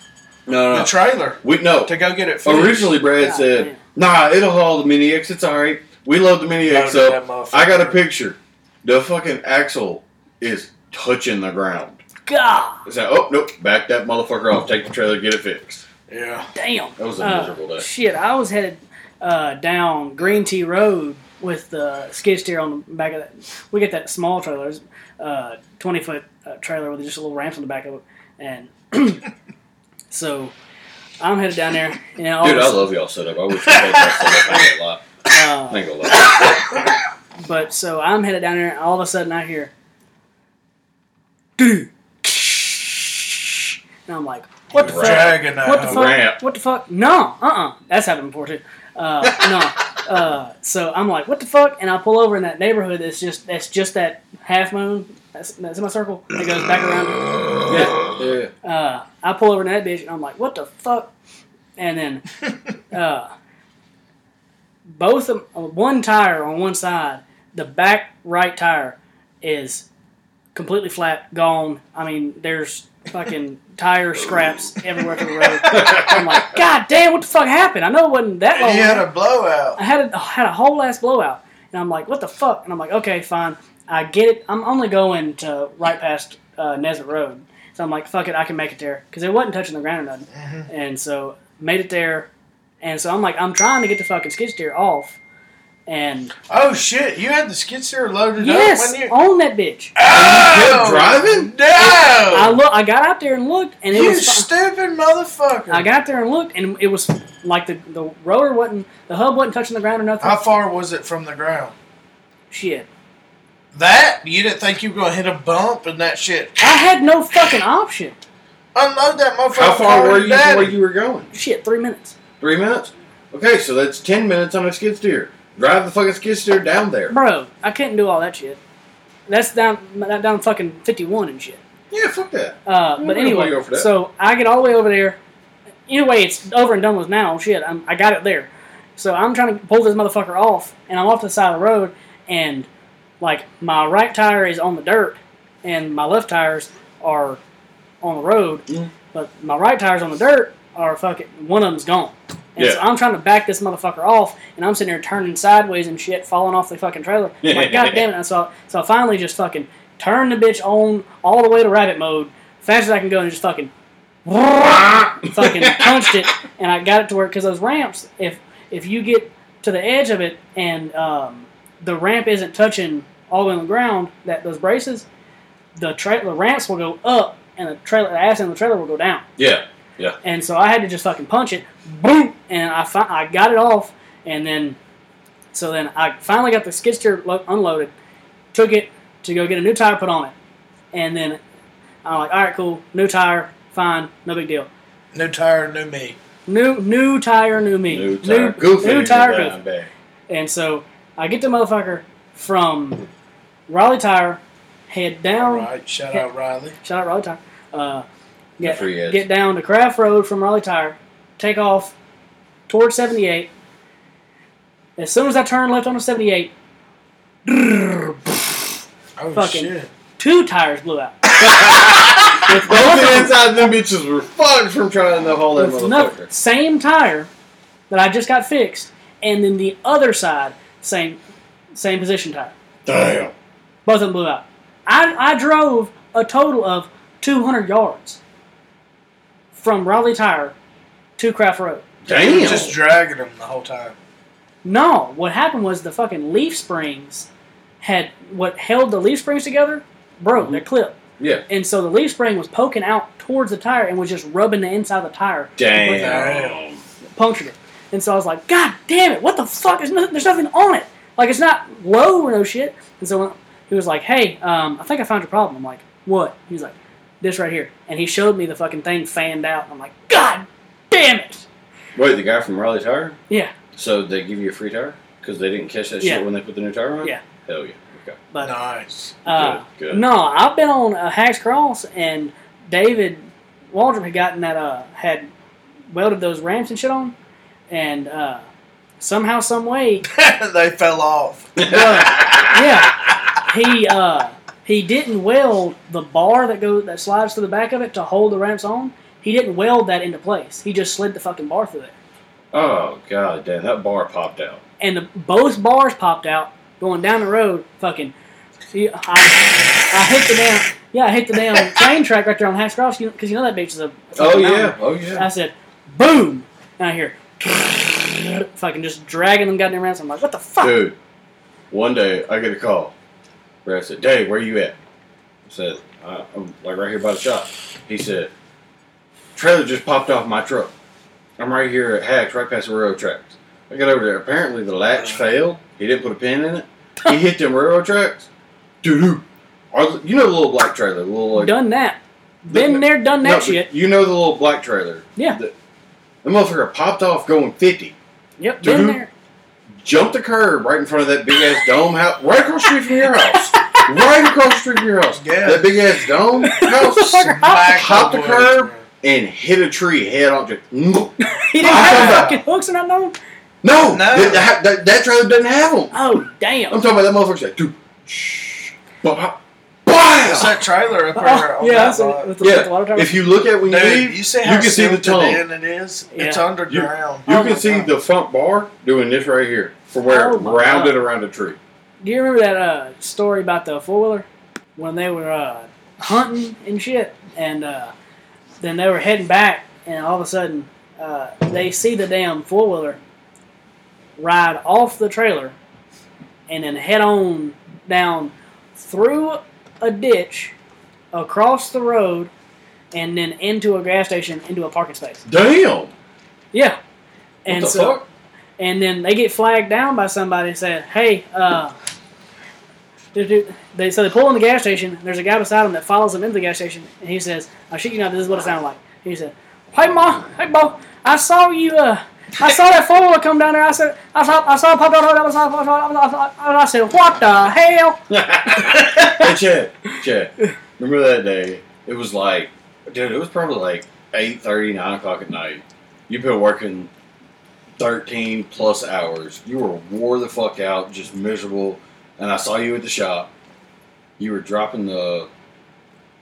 Speaker 3: No, no,
Speaker 2: The
Speaker 3: no.
Speaker 2: trailer
Speaker 3: we no.
Speaker 2: to go get it fixed.
Speaker 3: Uh. Originally, Brad
Speaker 1: God,
Speaker 3: said,
Speaker 1: man.
Speaker 3: "Nah, it'll haul the mini X. It's all right. We load the mini X
Speaker 2: Loaded
Speaker 3: up.
Speaker 2: that motherfucker.
Speaker 3: I got a picture. The fucking axle is touching the ground.
Speaker 1: God
Speaker 3: It's like, oh nope, back that motherfucker off. Take the trailer, get it fixed.
Speaker 2: Yeah.
Speaker 1: damn.
Speaker 3: That was a
Speaker 1: Uh,
Speaker 3: miserable day.
Speaker 1: Shit, I was headed uh, down Green Tea Road with the skid steer on the back of that. We get that small trailer, it's, uh, twenty foot uh, trailer with just a little ramps on the back of it, and so I'm headed down there. And all of
Speaker 3: Dude,
Speaker 1: a
Speaker 3: I
Speaker 1: sudden-
Speaker 3: love y'all setup. I wish we had that setup.
Speaker 1: uh,
Speaker 3: I ain't gonna lie. I
Speaker 1: But so I'm headed down there, and all of a sudden I hear, dude, and I'm like, what the fuck?
Speaker 2: Dragging that.
Speaker 1: What the
Speaker 2: hoe.
Speaker 1: fuck?
Speaker 3: Ramp.
Speaker 1: What the fuck? No, uh, uh that's happened before too. Uh, no, uh, so I'm like, what the fuck? And I pull over in that neighborhood that's just that's just that half moon, that's, that's in my circle that goes back around.
Speaker 3: ain't gonna lie. Yeah, yeah.
Speaker 1: Uh, I pull over in that bitch, and I'm like, what the fuck? And then uh, both of one tire on one side, the back right tire is completely flat, gone. I mean, there's fucking tire scraps everywhere to the road. I'm like, God damn, what the fuck happened? I know it wasn't that long.
Speaker 2: He had a blowout.
Speaker 1: I had a, had a whole ass blowout, and I'm like, what the fuck? And I'm like, okay, fine, I get it. I'm only going to right past uh, Nesbitt Road, so I'm like, fuck it, I can make it there because it wasn't touching the ground or nothing.
Speaker 2: Mm-hmm.
Speaker 1: And so made it there, and so I'm like, I'm trying to get the fucking skid steer off, and
Speaker 2: Oh shit! You had the skid steer loaded
Speaker 1: yes,
Speaker 2: up when you.
Speaker 1: on that bitch.
Speaker 2: Oh,
Speaker 3: driving?
Speaker 2: No.
Speaker 1: I look, I got out there and looked, and it
Speaker 2: Oh. you
Speaker 1: was. fi-
Speaker 2: stupid motherfucker.
Speaker 1: I got there and looked, and it was like the the roller wasn't, the hub wasn't touching the ground or nothing.
Speaker 2: How far was it from the ground?
Speaker 1: Shit.
Speaker 2: That you didn't think you were gonna hit a bump and that shit.
Speaker 1: I had no fucking option.
Speaker 2: Unload that motherfucker.
Speaker 3: How far were you from
Speaker 2: daddy.
Speaker 3: where you were going?
Speaker 1: Shit, three minutes.
Speaker 3: Three minutes. Okay, so that's ten minutes on a skid steer. Drive the fucking skid steer down there.
Speaker 1: Bro, I couldn't do all that shit. That's down that down fucking fifty one and shit.
Speaker 3: Yeah, fuck that.
Speaker 1: Uh,
Speaker 3: Yeah,
Speaker 1: but
Speaker 3: we don't wanna
Speaker 1: anyway,
Speaker 3: go for that.
Speaker 1: so I get all the way over there. Either way, it's over and done with now. Shit, I'm, I got it there. So I'm trying to pull this motherfucker off, and I'm off to the side of the road, and like my right tire is on the dirt, and my left tires are on the road,
Speaker 3: Mm.
Speaker 1: but my right tires on the dirt are fucking one of them's gone. And so
Speaker 3: Yeah.
Speaker 1: I'm trying to back this motherfucker off, and I'm sitting there turning sideways and shit, falling off the fucking trailer. I'm like, God damn it! And so, so I finally just fucking turn the bitch on all the way to rabbit mode, fast as I can go, and just fucking, fucking punched it, and I got it to work because those ramps, if if you get to the edge of it and um, the ramp isn't touching all the way on the ground, that those braces, the tra- the ramps will go up and the trailer, the ass end of the trailer will go down.
Speaker 3: Yeah.
Speaker 1: And so I had to just fucking punch it, boom, and I fi- I got it off, and then so then I finally got the skid steer lo- unloaded, took it to go get a new tire put on it, and then I'm like, all right, cool, new tire, fine, no big deal.
Speaker 2: New tire, new me.
Speaker 1: New new tire, new me,
Speaker 3: New tire. Goofy.
Speaker 1: new
Speaker 3: is
Speaker 1: tire,
Speaker 3: down
Speaker 1: goofy.
Speaker 3: there.
Speaker 1: And so I get the motherfucker from Raleigh Tire, head
Speaker 2: All
Speaker 1: down.
Speaker 2: right, shout out Riley.
Speaker 1: Shout out Raleigh Tire. Uh,
Speaker 3: The free
Speaker 1: get,
Speaker 3: ads.
Speaker 1: get down to Craft Road from Raleigh Tire, take off towards 78. As soon as I turn left onto 78,
Speaker 2: Oh
Speaker 1: Fucking-
Speaker 2: shit!
Speaker 1: two tires blew out. with
Speaker 3: Both
Speaker 1: nothing-
Speaker 3: the inside of them bitches were fucked from trying to haul that
Speaker 1: with nothing.
Speaker 3: motherfucker.
Speaker 1: Same tire that I just got fixed, and then the other side, same same position tire.
Speaker 3: Damn.
Speaker 1: Both of them blew out. I, I drove a total of 200 yards from Raleigh Tire to Craft Road.
Speaker 3: Damn.
Speaker 2: Just dragging him the whole time.
Speaker 1: No, what happened was the fucking leaf springs had what held the leaf springs together broke. They clipped,
Speaker 3: yeah.
Speaker 1: and so the leaf spring was poking out towards the tire and was just rubbing the inside of the tire.
Speaker 3: Damn.
Speaker 1: punctured it. And so I was like, God damn it, what the fuck? There's nothing, there's nothing on it. Like, it's not low or no shit. And so when- he was like, hey, um, I think I found your problem. I'm like, what? He's like, this right here. And he showed me the fucking thing fanned out. And I'm like, God damn it.
Speaker 3: Wait, the guy from Raleigh Tire?
Speaker 1: Yeah.
Speaker 3: So they give you a free tire because they didn't catch that
Speaker 1: Yeah.
Speaker 3: shit when they put the new tire on.
Speaker 1: Yeah.
Speaker 3: Hell yeah. Okay.
Speaker 1: But
Speaker 2: nice.
Speaker 1: uh,
Speaker 3: good. Good.
Speaker 1: no, I've been on uh, Hacks Cross, and David Waldrop had gotten that uh had welded those ramps and shit on, and uh, somehow, some way,
Speaker 2: they fell off.
Speaker 1: yeah. he uh he didn't weld the bar that goes that slides to the back of it to hold the ramps on. He didn't weld that into place. He just slid the fucking bar through there,
Speaker 3: Oh god damn, that bar popped out.
Speaker 1: and the, both bars popped out going down the road. Fucking, See, I, I hit the damn yeah I hit the damn train track right there on Hatch Cross because you know that bitch is a
Speaker 3: Oh
Speaker 1: fucking mountain.
Speaker 3: yeah. Oh yeah.
Speaker 1: I said, boom, and I hear fucking just dragging them goddamn ramps. I'm like, what the fuck?
Speaker 3: Dude, one day I get a call. Brad said, Dave, where you at? I said, I, I'm like right here by the shop. He said, trailer just popped off my truck. I'm right here at Hacks, right past the railroad tracks. I got over there. Apparently the
Speaker 1: Uh.
Speaker 3: latch failed. He didn't put a pin in it. He hit them railroad tracks. Dude, you know the little black trailer, the little like,
Speaker 1: Done that. Been there, done
Speaker 3: No,
Speaker 1: that
Speaker 3: but
Speaker 1: shit.
Speaker 3: You know the little black trailer.
Speaker 1: Yeah.
Speaker 3: The, the motherfucker popped off going 50.
Speaker 1: Yep,
Speaker 3: Dude.
Speaker 1: been there.
Speaker 3: jumped the curb right in front of that big ass dome house, right across the street from your house, right across the street from your house.
Speaker 2: Yeah.
Speaker 3: That big ass dome house,
Speaker 1: Motherfucker
Speaker 2: Smacked
Speaker 3: hopped the
Speaker 2: boy.
Speaker 3: curb and hit a tree head on. Just, no,
Speaker 1: He didn't have
Speaker 2: Ah.
Speaker 1: fucking hooks and nothing. on him?
Speaker 3: no, That, that, that trailer doesn't have them.
Speaker 1: Oh damn!
Speaker 3: I'm talking about that motherfucker. Said, dude, shh, bop, bop,
Speaker 2: It's
Speaker 3: bam.
Speaker 2: that trailer up there.
Speaker 1: Oh,
Speaker 2: on
Speaker 1: yeah,
Speaker 2: that
Speaker 1: that's a,
Speaker 2: lot.
Speaker 1: that's a, that's a water
Speaker 3: Yeah,
Speaker 1: tower.
Speaker 3: if you look at when you
Speaker 2: Dude,
Speaker 3: leave,
Speaker 2: you
Speaker 3: you
Speaker 2: see how
Speaker 3: can see
Speaker 2: silted
Speaker 3: the tongue.
Speaker 2: in it is? It's
Speaker 1: Yeah.
Speaker 2: underground. Oh my
Speaker 3: can see
Speaker 2: God.
Speaker 3: the front bar doing this right here, from where
Speaker 1: Oh
Speaker 3: it
Speaker 1: my
Speaker 3: rounded
Speaker 1: God.
Speaker 3: around a tree.
Speaker 1: Do you remember that uh, story about the four wheeler when they were uh, hunting and shit, and uh, then they were heading back, and all of a sudden uh, they see the damn four wheeler ride off the trailer and then head on down through a ditch, across the road, and then into a gas station, into a parking space.
Speaker 3: Damn.
Speaker 1: Yeah,
Speaker 3: What
Speaker 1: and
Speaker 3: the
Speaker 1: so.
Speaker 3: fuck?
Speaker 1: and then they get flagged down by somebody and said, "Hey, uh, dude, dude," they so they pull in the gas station. There's a guy beside them that follows them into the gas station, and he says, "I shit you not, this is what it sounded like." He said, "Hey, ma, hey, bo, I saw you. Uh, I saw that four wheeler come down there. I said, I saw, I saw it pop out. I saw, I saw, I saw, I saw, and I said, what the hell?"
Speaker 3: hey Chad, Chad, remember that day? It was like, dude, it was probably like 8.30, 9 o'clock at night. You've been working thirteen plus hours. You were wore the fuck out, just miserable. And I saw you at the shop. You were dropping the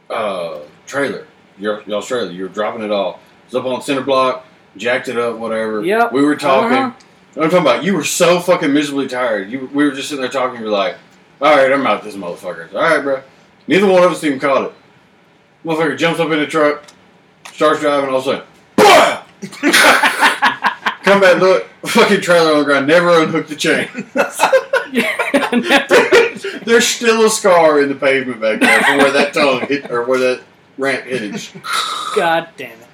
Speaker 3: uh, trailer, your y'all's trailer. You were dropping it off. It was up on center block, jacked it up, whatever.
Speaker 1: Yep.
Speaker 3: We were talking.
Speaker 1: Uh-huh.
Speaker 3: I'm talking about you were so fucking miserably tired. You we were just sitting there talking. You're like, all right, I'm out this motherfucker. All right, bro. Neither one of us even caught it. Motherfucker jumps up in the truck, starts driving. All of a sudden, BAM! Come back, look, fucking trailer on the ground. Never unhooked the chain. There's still a scar in the pavement back there from where that tongue hit or where that ramp hit it.
Speaker 1: God damn it!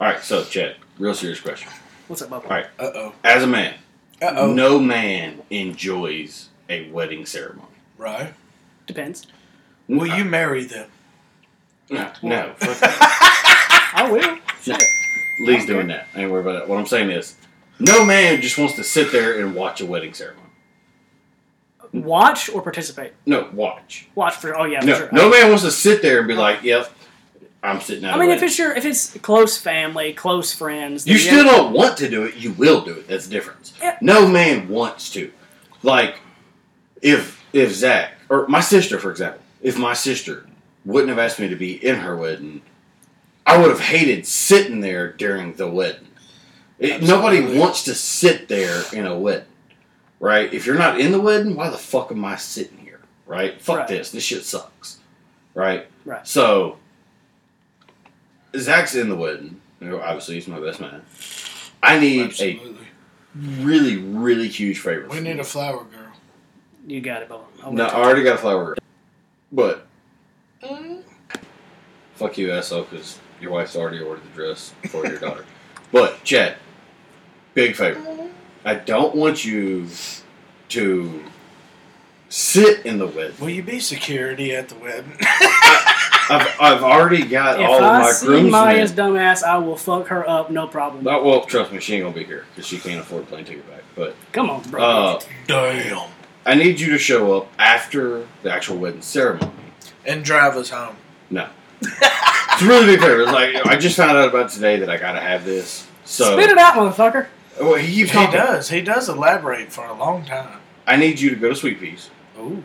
Speaker 3: All right, so Chad, real serious question.
Speaker 1: What's up, Bubba?
Speaker 3: All right,
Speaker 2: Uh-oh.
Speaker 3: as a man,
Speaker 2: Uh-oh.
Speaker 3: no man enjoys a wedding ceremony.
Speaker 2: Right.
Speaker 1: Depends.
Speaker 2: Will you marry them?
Speaker 3: No, no. fuck
Speaker 1: I will. Shit.
Speaker 3: Lee's doing that. I ain't worried about that. What I'm saying is, no man just wants to sit there and watch a wedding ceremony.
Speaker 1: Watch or participate.
Speaker 3: No, watch.
Speaker 1: Watch for. Oh yeah, for
Speaker 3: No,
Speaker 1: sure.
Speaker 3: no man wants to sit there and be like, "Yep, I'm sitting out."
Speaker 1: I
Speaker 3: a
Speaker 1: mean, if
Speaker 3: wedding."
Speaker 1: it's your, if it's close family, close friends,
Speaker 3: You
Speaker 1: then yeah.
Speaker 3: still don't want to do it. You will do it. That's the difference.
Speaker 1: Yeah.
Speaker 3: No man wants to. Like, if if Zach or my sister, for example, if my sister wouldn't have asked me to be in her wedding, I would have hated sitting there during the wedding. It, nobody
Speaker 2: Absolutely.
Speaker 3: wants to sit there in a wedding, right? If you're not in the wedding, why the fuck am I sitting here, right? Fuck
Speaker 1: Right.
Speaker 3: this. This shit sucks, right?
Speaker 1: Right.
Speaker 3: So Zach's in the wedding. You know, Obviously, he's my best man. I need
Speaker 2: Absolutely.
Speaker 3: a really, really huge favor.
Speaker 2: We
Speaker 3: from
Speaker 2: need
Speaker 3: you.
Speaker 2: a flower girl.
Speaker 1: You got it, Bubba. I'll
Speaker 3: No,
Speaker 1: wait.
Speaker 3: I already got a flower girl. But fuck you, asshole, because your wife's already ordered the dress for your daughter. But Chad, big favor. I don't want you to sit in the wedding.
Speaker 2: Will you be security at the wedding?
Speaker 3: I've, I've already got
Speaker 1: If
Speaker 3: all
Speaker 1: I
Speaker 3: of my
Speaker 1: see Maya's
Speaker 3: groomsmen.
Speaker 1: dumbass, I will fuck her up, no problem.
Speaker 3: Not, well, trust me, she ain't gonna be here because she can't afford a plane ticket back. But
Speaker 1: Come on, bro.
Speaker 3: uh,
Speaker 2: Damn.
Speaker 3: I need you to show up after the actual wedding ceremony.
Speaker 2: And drive us home.
Speaker 3: To really be fair, it's like I just found out about today that I gotta have this. So
Speaker 1: Spit it out, motherfucker.
Speaker 3: well, he
Speaker 2: He
Speaker 3: keeps talking.
Speaker 2: does. He does elaborate for a long time.
Speaker 3: I need you to go to Sweet Peas,
Speaker 2: Ooh.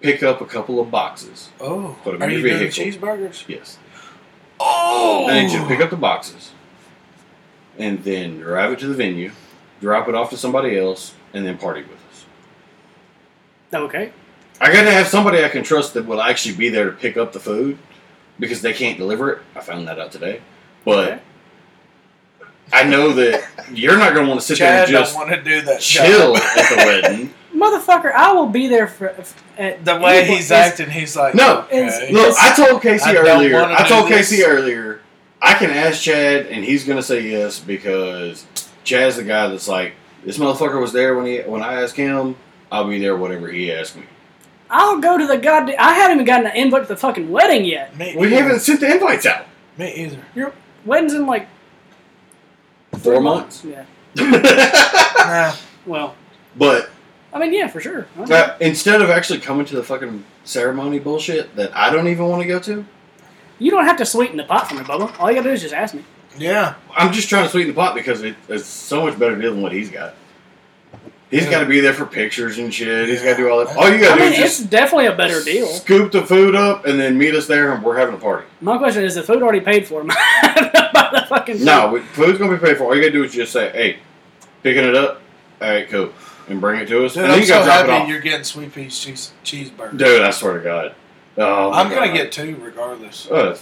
Speaker 3: pick up a couple of boxes.
Speaker 2: Oh.
Speaker 3: Put 'em
Speaker 2: Are
Speaker 3: in
Speaker 2: you
Speaker 3: your
Speaker 2: doing
Speaker 3: vehicle.
Speaker 2: cheeseburgers?
Speaker 3: Yes,
Speaker 2: Oh.
Speaker 3: I need you to pick up the boxes, and then drive it to the venue, drop it off to somebody else, and then party with us.
Speaker 1: Okay.
Speaker 3: I got to have somebody I can trust that will actually be there to pick up the food because they can't deliver it. I found that out today, but
Speaker 1: Okay.
Speaker 3: I know that you're not going to want to sit
Speaker 2: Chad
Speaker 3: there and
Speaker 2: don't
Speaker 3: just
Speaker 2: want to do that.
Speaker 3: chill at the wedding.
Speaker 1: Motherfucker, I will be there for. f- At
Speaker 2: The way
Speaker 1: Well,
Speaker 2: he's
Speaker 1: it's-
Speaker 2: acting, he's like,
Speaker 3: No.
Speaker 2: okay.
Speaker 3: Look, I told Casey
Speaker 2: I don't
Speaker 3: earlier.
Speaker 2: wanna
Speaker 3: I
Speaker 2: do
Speaker 3: told
Speaker 2: this.
Speaker 3: Casey earlier. I can ask Chad, and he's going to say yes because Chad's the guy that's like, this motherfucker was there when he when I asked him. I'll be there whatever he asked me.
Speaker 1: I'll go to the goddamn. I haven't even gotten an invite to the fucking wedding yet.
Speaker 2: Me
Speaker 3: We
Speaker 2: either.
Speaker 3: haven't sent the invites out.
Speaker 2: Me either.
Speaker 1: Your wedding's in like
Speaker 3: Four months.
Speaker 1: Yeah.
Speaker 2: Nah.
Speaker 1: Well,
Speaker 3: but
Speaker 1: I mean, yeah, for sure. I don't know.
Speaker 3: Uh, instead of actually coming to the fucking ceremony bullshit that I don't even want to go to,
Speaker 1: You don't have to sweeten the pot for me, Bubba. All you gotta do is just ask me.
Speaker 2: Yeah.
Speaker 3: I'm just trying to sweeten the pot because it, it's so much better deal than what he's got. He's got to be there for pictures and shit. He's got to do all that. All you
Speaker 1: I
Speaker 3: got to do
Speaker 1: mean,
Speaker 3: is
Speaker 1: it's
Speaker 3: just
Speaker 1: definitely a better deal.
Speaker 3: scoop the food up and then meet us there, and we're having a party.
Speaker 1: My question is, the food already paid for? Am I by the fucking
Speaker 3: No, we, food's gonna be paid for. All you got to do is just say, "Hey, picking it up. All right, cool," and bring it to us.
Speaker 2: Dude,
Speaker 3: and then
Speaker 2: I'm
Speaker 3: you
Speaker 2: so
Speaker 3: gotta drop it off.
Speaker 2: happy you're getting sweet peas cheese, cheeseburger.
Speaker 3: Dude, I swear to God, oh, my
Speaker 2: I'm going to
Speaker 3: God.
Speaker 2: get two regardless.
Speaker 3: Oh, that's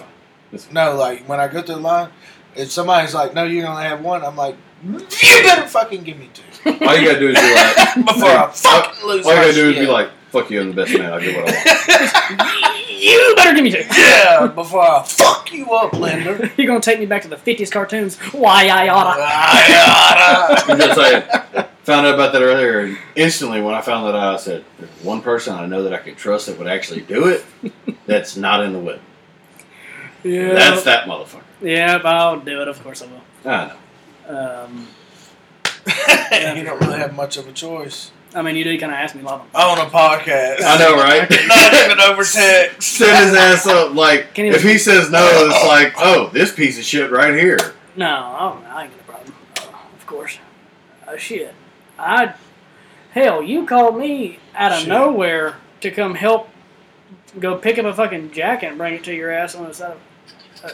Speaker 3: fine.
Speaker 2: No, like, when I go to the line, if somebody's like, no, you're going to have one, I'm like, you better fucking give me two.
Speaker 3: All you gotta do is be like,
Speaker 2: Before I fucking lose
Speaker 3: All you
Speaker 2: my
Speaker 3: gotta do is
Speaker 2: shit.
Speaker 3: be like, "Fuck you, I'm the best man. I'll do what I want."
Speaker 1: You better give me two.
Speaker 2: yeah, before I fuck you up, Linder.
Speaker 1: You're gonna take me back to the '50s cartoons. Why I
Speaker 2: Ah,
Speaker 1: oughta.
Speaker 3: I'm just saying. Found out about that earlier, and instantly when I found that out, I said, "There's one person I know that I can trust that would actually do it. That's not in the whip.
Speaker 1: Yeah.
Speaker 3: That's that motherfucker."
Speaker 1: Yep, I'll do it. Of course I will.
Speaker 3: I know.
Speaker 1: Um,
Speaker 2: you don't really have much of a choice.
Speaker 1: I mean, you did kind of ask me a lot. Of
Speaker 2: On a podcast.
Speaker 3: I know,
Speaker 2: Not
Speaker 3: right?
Speaker 2: even over text.
Speaker 3: Set his ass up. Like,
Speaker 1: Can you-
Speaker 3: if he says no, it's like, "Oh, this piece of shit right here."
Speaker 1: no, I, don't, I ain't got a problem. Uh, of course. Uh, shit. I. Hell, you called me out of
Speaker 2: Shit.
Speaker 1: nowhere to come help go pick up a fucking jacket and bring it to your ass on the side of uh,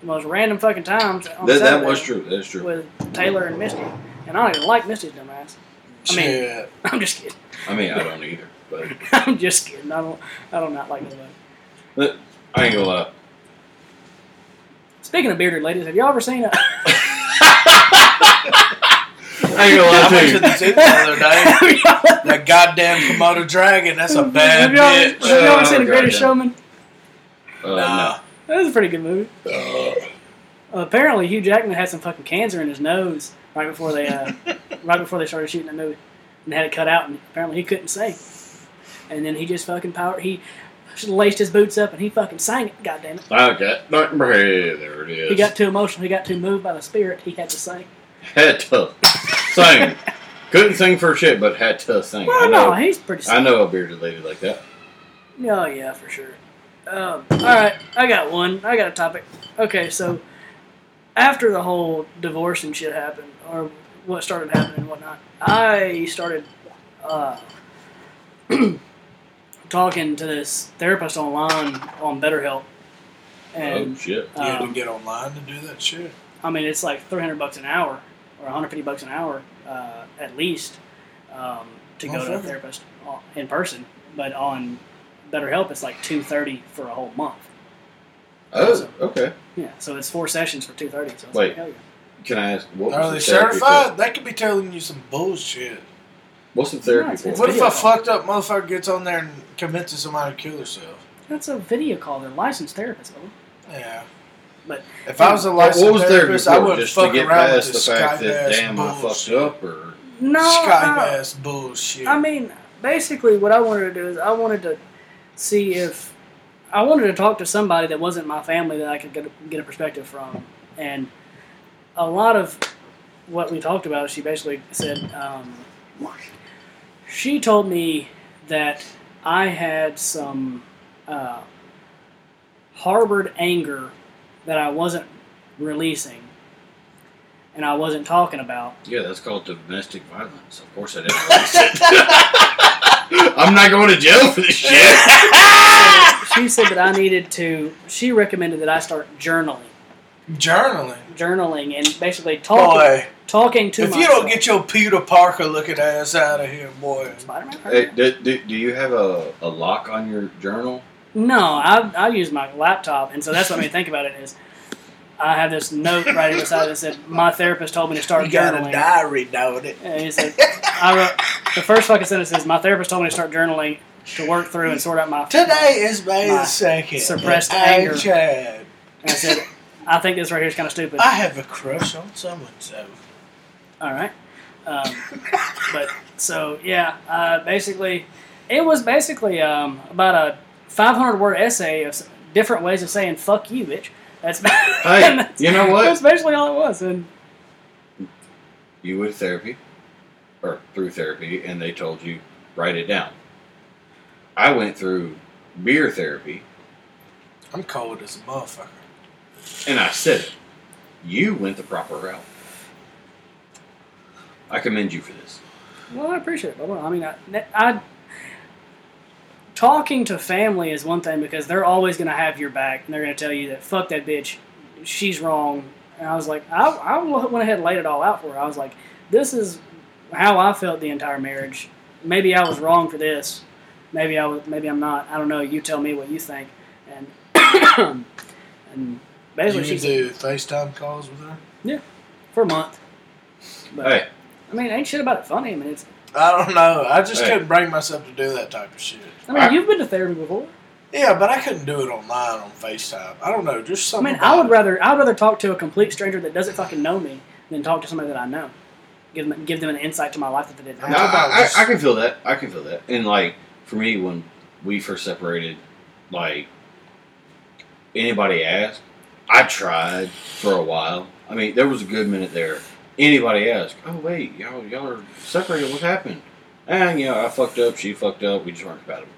Speaker 1: the most random fucking times. On
Speaker 3: That, that
Speaker 1: Saturday
Speaker 3: was true. That's true.
Speaker 1: With Taylor and Misty. And I don't even like Misty's dumbass. I mean-
Speaker 2: Shit.
Speaker 1: I'm just kidding.
Speaker 3: I mean, I don't either, but
Speaker 1: I'm just kidding. I don't, I don't not like this one.
Speaker 3: I ain't gonna lie.
Speaker 1: Speaking of bearded ladies, have y'all ever seen a.
Speaker 3: I ain't gonna
Speaker 2: I
Speaker 3: lie
Speaker 2: went
Speaker 3: to
Speaker 2: to
Speaker 3: you.
Speaker 2: the zoo the other day.
Speaker 1: Have y'all
Speaker 2: That goddamn Komodo dragon, that's a bad
Speaker 1: Have y'all, have
Speaker 2: bitch. Oh,
Speaker 3: Uh,
Speaker 1: y'all ever seen The
Speaker 3: God
Speaker 1: Greatest
Speaker 3: damn.
Speaker 1: Showman?
Speaker 3: Uh,
Speaker 2: Nah.
Speaker 1: That was a pretty good movie.
Speaker 3: no. Uh,
Speaker 1: apparently, Hugh Jackman had some fucking cancer in his nose right before they uh, right before they started shooting the movie, and had it cut out. And apparently, he couldn't sing. And then he just fucking powered. He laced his boots up and he fucking sang it. God damn it!
Speaker 3: I got hey, there it is.
Speaker 1: He got too emotional. He got too moved by the spirit. He had to sing.
Speaker 3: Had to sing. Couldn't sing for shit, but had to sing. I
Speaker 1: Well,
Speaker 3: know.
Speaker 1: no, he's pretty.
Speaker 3: I know a bearded lady like that.
Speaker 1: Oh yeah, for sure. Um, all right, I got one. I got a topic. Okay, so after the whole divorce and shit happened, or what started happening and whatnot, I started uh, talking to this therapist online on BetterHelp,
Speaker 3: Oh
Speaker 1: and
Speaker 3: shit!
Speaker 2: You had to
Speaker 1: um,
Speaker 2: get online to do that shit.
Speaker 1: I mean, it's like 300 bucks an hour or 150 bucks an hour uh, at least um, to go
Speaker 2: Oh,
Speaker 1: to a
Speaker 2: fuck.
Speaker 1: therapist o- in person. But on BetterHelp, it's like 230 for a whole month.
Speaker 3: Oh, okay.
Speaker 1: Yeah, so it's four sessions for 230. So it's
Speaker 3: Wait.
Speaker 1: like, hell yeah.
Speaker 3: Can I ask what
Speaker 2: Are
Speaker 3: was
Speaker 2: they
Speaker 3: the therapy?
Speaker 2: certified? They could be telling you some bullshit.
Speaker 3: For? What's the therapy
Speaker 1: No, it's- it's
Speaker 3: for?
Speaker 2: What if a
Speaker 1: video.
Speaker 2: fucked up motherfucker gets on there and convinces somebody to kill herself?
Speaker 1: that's a video call. They're licensed therapists. though.
Speaker 2: Yeah.
Speaker 1: But-
Speaker 2: if I was a
Speaker 3: What
Speaker 2: licensed
Speaker 3: was therapy
Speaker 2: therapist, I
Speaker 3: for?
Speaker 2: wouldn't
Speaker 3: Just to
Speaker 2: fuck
Speaker 3: get
Speaker 2: around with
Speaker 3: past the
Speaker 2: this
Speaker 3: fact that
Speaker 2: sky-ass
Speaker 3: damn, I fucked
Speaker 2: bullshit.
Speaker 3: up, or
Speaker 1: No, I-
Speaker 2: Sky-ass bullshit.
Speaker 1: I mean, basically, what I wanted to do is I wanted to see if I wanted to talk to somebody that wasn't my family that I could get a, get a perspective from, and a lot of what we talked about, she basically said, um, she told me that I had some uh, harbored anger that I wasn't releasing, and I wasn't talking about.
Speaker 3: Yeah, that's called domestic violence. Of course, I didn't. release it. I'm not going to jail for this shit.
Speaker 1: She said that I needed to. She recommended that I start journaling,
Speaker 2: Journaling.
Speaker 1: journaling, and basically talking,
Speaker 2: Boy,
Speaker 1: talking to
Speaker 2: if you
Speaker 1: myself.
Speaker 2: don't get your Peter Parker looking ass out of here, boy.
Speaker 1: Spider-Man hurt
Speaker 3: hey,
Speaker 1: you?
Speaker 3: do, do, do you have a, a lock on your journal?
Speaker 1: No, I, I use my laptop, and so that's what made me think about it is I have this note right here beside it that said, my therapist told me to start
Speaker 2: You got a
Speaker 1: journaling.
Speaker 2: diary, don't it?
Speaker 1: And he said, I wrote, the first fucking sentence is, my therapist told me to start journaling to work through and sort out my...
Speaker 2: Today is May
Speaker 1: My
Speaker 2: the second.
Speaker 1: suppressed
Speaker 2: and I
Speaker 1: anger.
Speaker 2: tried.
Speaker 1: And I said, I think this right here is kind of stupid.
Speaker 2: I have a crush on someone, so
Speaker 1: All right. Um, but so yeah, uh, basically, it was basically um, about a 500 word essay of s- different ways of saying "fuck you, bitch." That's
Speaker 3: Hey, you know what?
Speaker 1: That's basically all it was. And
Speaker 3: You went to therapy, or through therapy, and they told you write it down. I went through beer therapy,
Speaker 2: I'm cold as a motherfucker.
Speaker 3: and I said it. You went the proper route. I commend you for this.
Speaker 1: well, I appreciate it. But, well, I mean, I, I talking to family is one thing because they're always going to have your back and they're going to tell you that "fuck that bitch," she's wrong. And I was like, I, I went ahead and laid it all out for her. I was like, this is how I felt the entire marriage. Maybe I was wrong for this. Maybe I was. Maybe I'm not. I don't know. You tell me what you think. And and
Speaker 2: You
Speaker 1: basically,
Speaker 2: can
Speaker 1: she's
Speaker 2: do FaceTime calls with her.
Speaker 1: for a month. But
Speaker 3: Hey,
Speaker 1: I mean, ain't shit about it funny. I mean, it's.
Speaker 2: I don't know. I just
Speaker 3: Hey.
Speaker 2: couldn't bring myself to do that type of shit.
Speaker 1: I mean,
Speaker 3: I-
Speaker 1: you've been to therapy before.
Speaker 2: Yeah, but I couldn't do it online on FaceTime. I don't know. Just
Speaker 1: I
Speaker 2: something.
Speaker 1: mean, I would
Speaker 2: about
Speaker 1: rather I'd rather talk to a complete stranger that doesn't fucking know me than talk to somebody that I know. Give them give them an insight to my life that they didn't
Speaker 3: No,
Speaker 1: have.
Speaker 3: I, I, I can feel that. I can feel that. And like for me, when we first separated, like anybody asked, I tried for a while. I mean, there was a good minute there. Anybody asked, "Oh wait, y'all y'all are separated. What happened?" And you know, I fucked up. She fucked up. We just weren't compatible.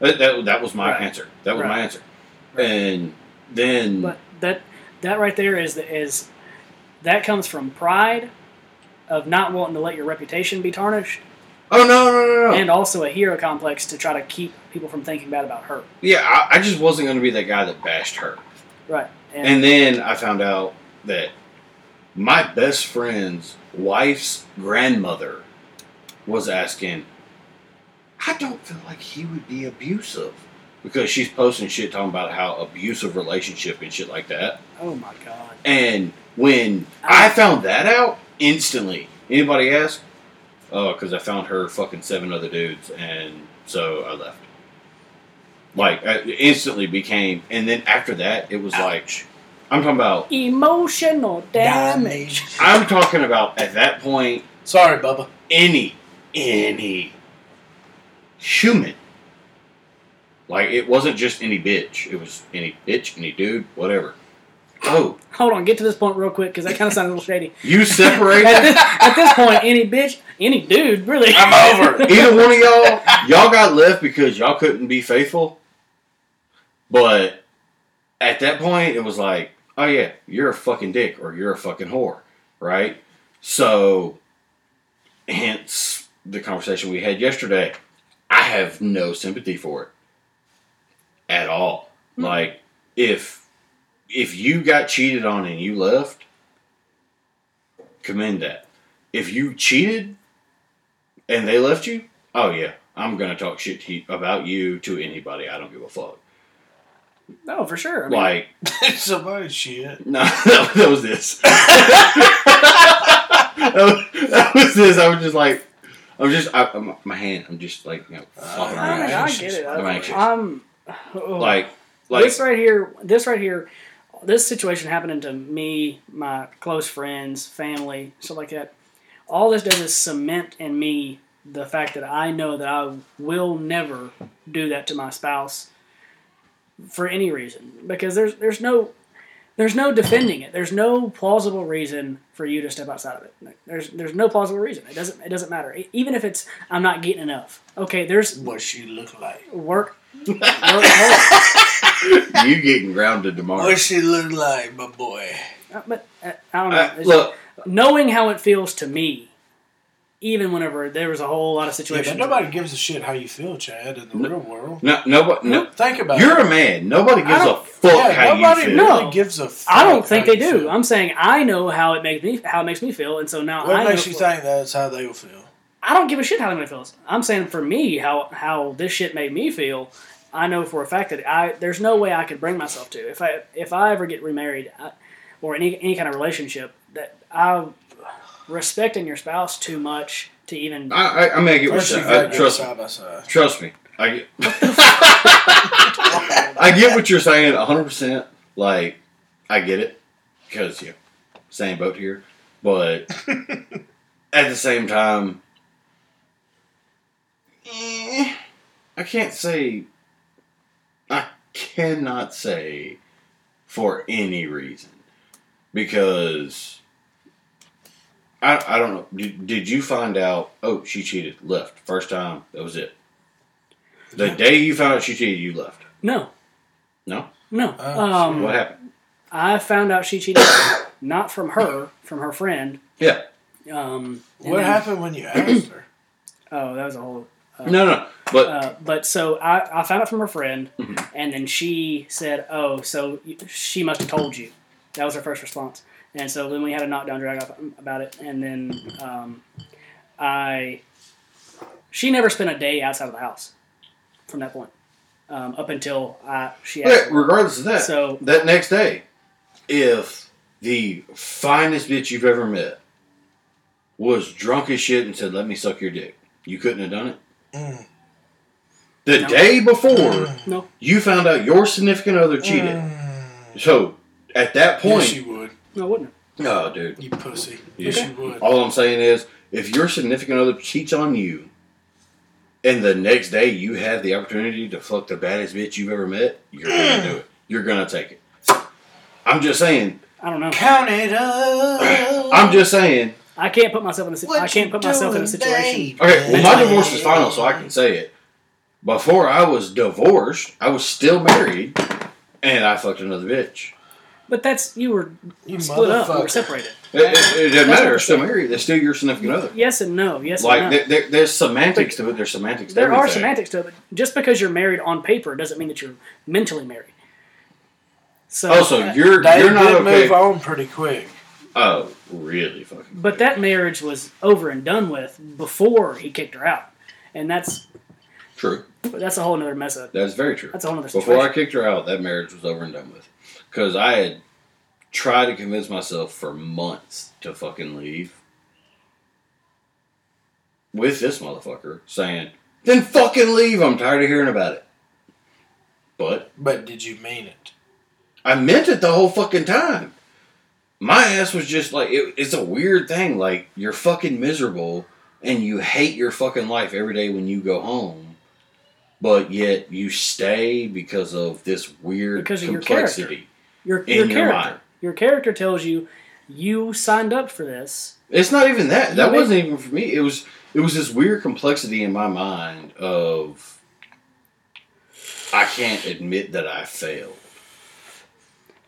Speaker 3: That that, that was my
Speaker 1: Right.
Speaker 3: answer. That was my
Speaker 1: Right.
Speaker 3: answer. And then
Speaker 1: But that that right there is the, is that comes from pride of not wanting to let your reputation be tarnished,
Speaker 3: oh no no no no.
Speaker 1: and also a hero complex to try to keep people from thinking bad about her.
Speaker 3: yeah, I, I just wasn't going to be that guy that bashed her.
Speaker 1: Right. And,
Speaker 3: And then I found out that my best friend's wife's grandmother was asking, I don't feel like he would be abusive. Because she's posting shit talking about how abusive relationship and shit like that.
Speaker 1: oh my god.
Speaker 3: And when I found that out, instantly, anybody asked? Oh, because I found her fucking seven other dudes, and so I left. Like, I it instantly became, and then after that, it was like, I'm talking about,
Speaker 1: Emotional damage.
Speaker 2: damage.
Speaker 3: I'm talking about at that point,
Speaker 2: Sorry, Bubba.
Speaker 3: any, any human. Like, it wasn't just any bitch. It was any bitch, any dude, whatever. Oh,
Speaker 1: Hold on, get to this point real quick because that kind of sounded a little shady.
Speaker 3: you separated?
Speaker 1: At this, at this point, any bitch, any dude, really.
Speaker 2: I'm over it.
Speaker 3: Either one of y'all, y'all got left because y'all couldn't be faithful. But at that point, it was like, oh yeah, you're a fucking dick or you're a fucking whore, right? So, hence the conversation we had yesterday. I have no sympathy for it at all. Like, if if you got cheated on and you left, commend that. If you cheated and they left you, oh yeah, I'm gonna talk shit to you, about you to anybody. I don't give a fuck.
Speaker 1: No, for sure. I mean,
Speaker 3: Like,
Speaker 2: Somebody shit.
Speaker 3: no, that, that was this. that, was, that was this. I was just like, I'm just, I, I'm, my hand, I'm just like, you know,
Speaker 2: Oh
Speaker 3: flopping
Speaker 1: I, mean,
Speaker 3: around.
Speaker 1: I get it.
Speaker 3: I'm anxious.
Speaker 1: I'm oh.
Speaker 3: like, like,
Speaker 1: this right here. This right here. This situation happening to me, my close friends, family, stuff like that. All this does is cement in me the fact that I know that I will never do that to my spouse for any reason because there's there's no there's no defending it. There's no plausible reason for you to step outside of it. Like, There's there's no plausible reason. It doesn't it doesn't matter. E- Even if it's I'm not getting enough. Okay, there's
Speaker 2: What she look like?
Speaker 1: work. work hard.
Speaker 3: you getting grounded tomorrow.
Speaker 2: What she look like, my boy?
Speaker 1: Uh, but uh, I don't know.
Speaker 3: Uh,
Speaker 1: It's
Speaker 3: look,
Speaker 1: just knowing how it feels to me, even whenever there was a whole lot of
Speaker 2: Yeah, but
Speaker 1: situations.
Speaker 2: nobody gives a shit how you feel, Chad, in the
Speaker 3: No.
Speaker 2: real world.
Speaker 3: no, nobody. No,
Speaker 2: Think about
Speaker 3: you're
Speaker 2: it.
Speaker 3: a man. Nobody gives a
Speaker 1: don't-
Speaker 3: fuck
Speaker 2: yeah,
Speaker 3: how
Speaker 2: nobody
Speaker 3: you feel.
Speaker 1: No.
Speaker 2: really gives a fuck.
Speaker 1: I don't think
Speaker 2: how
Speaker 1: they
Speaker 2: you
Speaker 1: do.
Speaker 2: feel.
Speaker 1: I'm saying I know how it makes me how it makes me feel, and so now I
Speaker 2: What
Speaker 1: know
Speaker 2: makes you
Speaker 1: for-
Speaker 2: think that's how they will feel?
Speaker 1: I don't give a shit how anybody feels. I'm saying for me, how how this shit made me feel. I know for a fact that I there's no way I could bring myself to if I if I ever get remarried I, or any any kind of relationship that I respecting your spouse too much to even.
Speaker 3: I, I, I mean, I get what you're
Speaker 2: Unless you
Speaker 3: saying.
Speaker 2: got
Speaker 3: I-
Speaker 2: good
Speaker 3: Trust me.
Speaker 2: side by side.
Speaker 3: Trust me. I get. I get what you're saying, 100. percent Like, I get it because you know, same boat here. But at the same time, eh, I can't say. I cannot say for any reason because. I, I don't know. Did, did you find out? Oh, she cheated. Left first time. That was it. The day you found out she cheated, you left.
Speaker 1: No,
Speaker 3: No.
Speaker 1: no.
Speaker 2: Oh,
Speaker 1: um,
Speaker 3: What happened?
Speaker 1: I found out she cheated, not from her, from her friend.
Speaker 3: Yeah.
Speaker 1: Um, and
Speaker 2: What
Speaker 1: then-
Speaker 2: happened when you asked her?
Speaker 1: Oh, that was a whole
Speaker 3: No, no. But
Speaker 1: Uh, but so I, I found out from her friend,
Speaker 2: Mm-hmm.
Speaker 1: and then she said, "Oh, so y- she must have told you." That was her first response, and so then we had a knockdown drag out about it, and then um, I she never spent a day outside of the house from that point um, up until I, she
Speaker 3: yeah,
Speaker 1: asked.
Speaker 3: regardless of that,
Speaker 1: So-
Speaker 3: that next day, if the finest bitch you've ever met was drunk as shit and said, "Let me suck your dick," you couldn't have done it.
Speaker 2: Mm.
Speaker 3: The
Speaker 1: No.
Speaker 3: day before
Speaker 1: No,
Speaker 3: you found out your significant other cheated.
Speaker 2: Mm.
Speaker 3: So at that
Speaker 2: Yes, you
Speaker 3: point,
Speaker 2: would.
Speaker 1: no, I wouldn't. have.
Speaker 3: oh, dude.
Speaker 2: You pussy.
Speaker 3: Yeah.
Speaker 2: Yes, you would.
Speaker 3: All I'm saying is, if your significant other cheats on you, and the next day you have the opportunity to fuck the baddest bitch you've ever met, you're gonna do it. You're gonna take it. I'm just saying.
Speaker 1: I don't know.
Speaker 2: Count it up.
Speaker 3: I'm just saying.
Speaker 1: I can't put myself in a si- I can't put myself in a situation.
Speaker 3: Okay, well, my divorce is final, so I can say it. Before I was divorced, I was still married, and I fucked another bitch.
Speaker 1: But that's you were
Speaker 2: You
Speaker 1: split up, you were
Speaker 2: motherfucker.
Speaker 1: separated.
Speaker 3: It, it, it doesn't
Speaker 1: That's
Speaker 3: matter.
Speaker 1: what
Speaker 3: They're still
Speaker 1: I'm saying.
Speaker 3: married. They're still your significant other.
Speaker 1: Yes and no. Yes
Speaker 3: Like
Speaker 1: and no.
Speaker 3: there, there, there's semantics to it. There's semantics. To
Speaker 1: There are
Speaker 3: everything.
Speaker 1: semantics to it, but just because you're married on paper doesn't mean that you're mentally married. So,
Speaker 3: Also, Oh, you're
Speaker 2: They
Speaker 3: you're not
Speaker 2: did
Speaker 3: okay.
Speaker 2: move on pretty quick.
Speaker 3: Oh, really fucking.
Speaker 1: but that marriage was over and done with before he kicked her out, and that's
Speaker 3: True.
Speaker 1: that's a whole other mess up.
Speaker 3: That's very true.
Speaker 1: That's a whole other
Speaker 3: Before I
Speaker 1: situation.
Speaker 3: kicked her out, that marriage was over and done with. Because I had tried to convince myself for months to fucking leave with this motherfucker saying, then fucking leave. I'm tired of hearing about it. But
Speaker 2: But did you mean it?
Speaker 3: I meant it the whole fucking time. My ass was just like, it, it's a weird thing. Like, you're fucking miserable and you hate your fucking life every day when you go home, but yet you stay because of this weird
Speaker 1: Because of your
Speaker 3: complexity
Speaker 1: Your,
Speaker 3: in your,
Speaker 1: your character,
Speaker 3: mind.
Speaker 1: your character tells you you signed up for this.
Speaker 3: It's not even that. That
Speaker 1: You make-
Speaker 3: wasn't even for me. It was it was this weird complexity in my mind of I can't admit that I failed.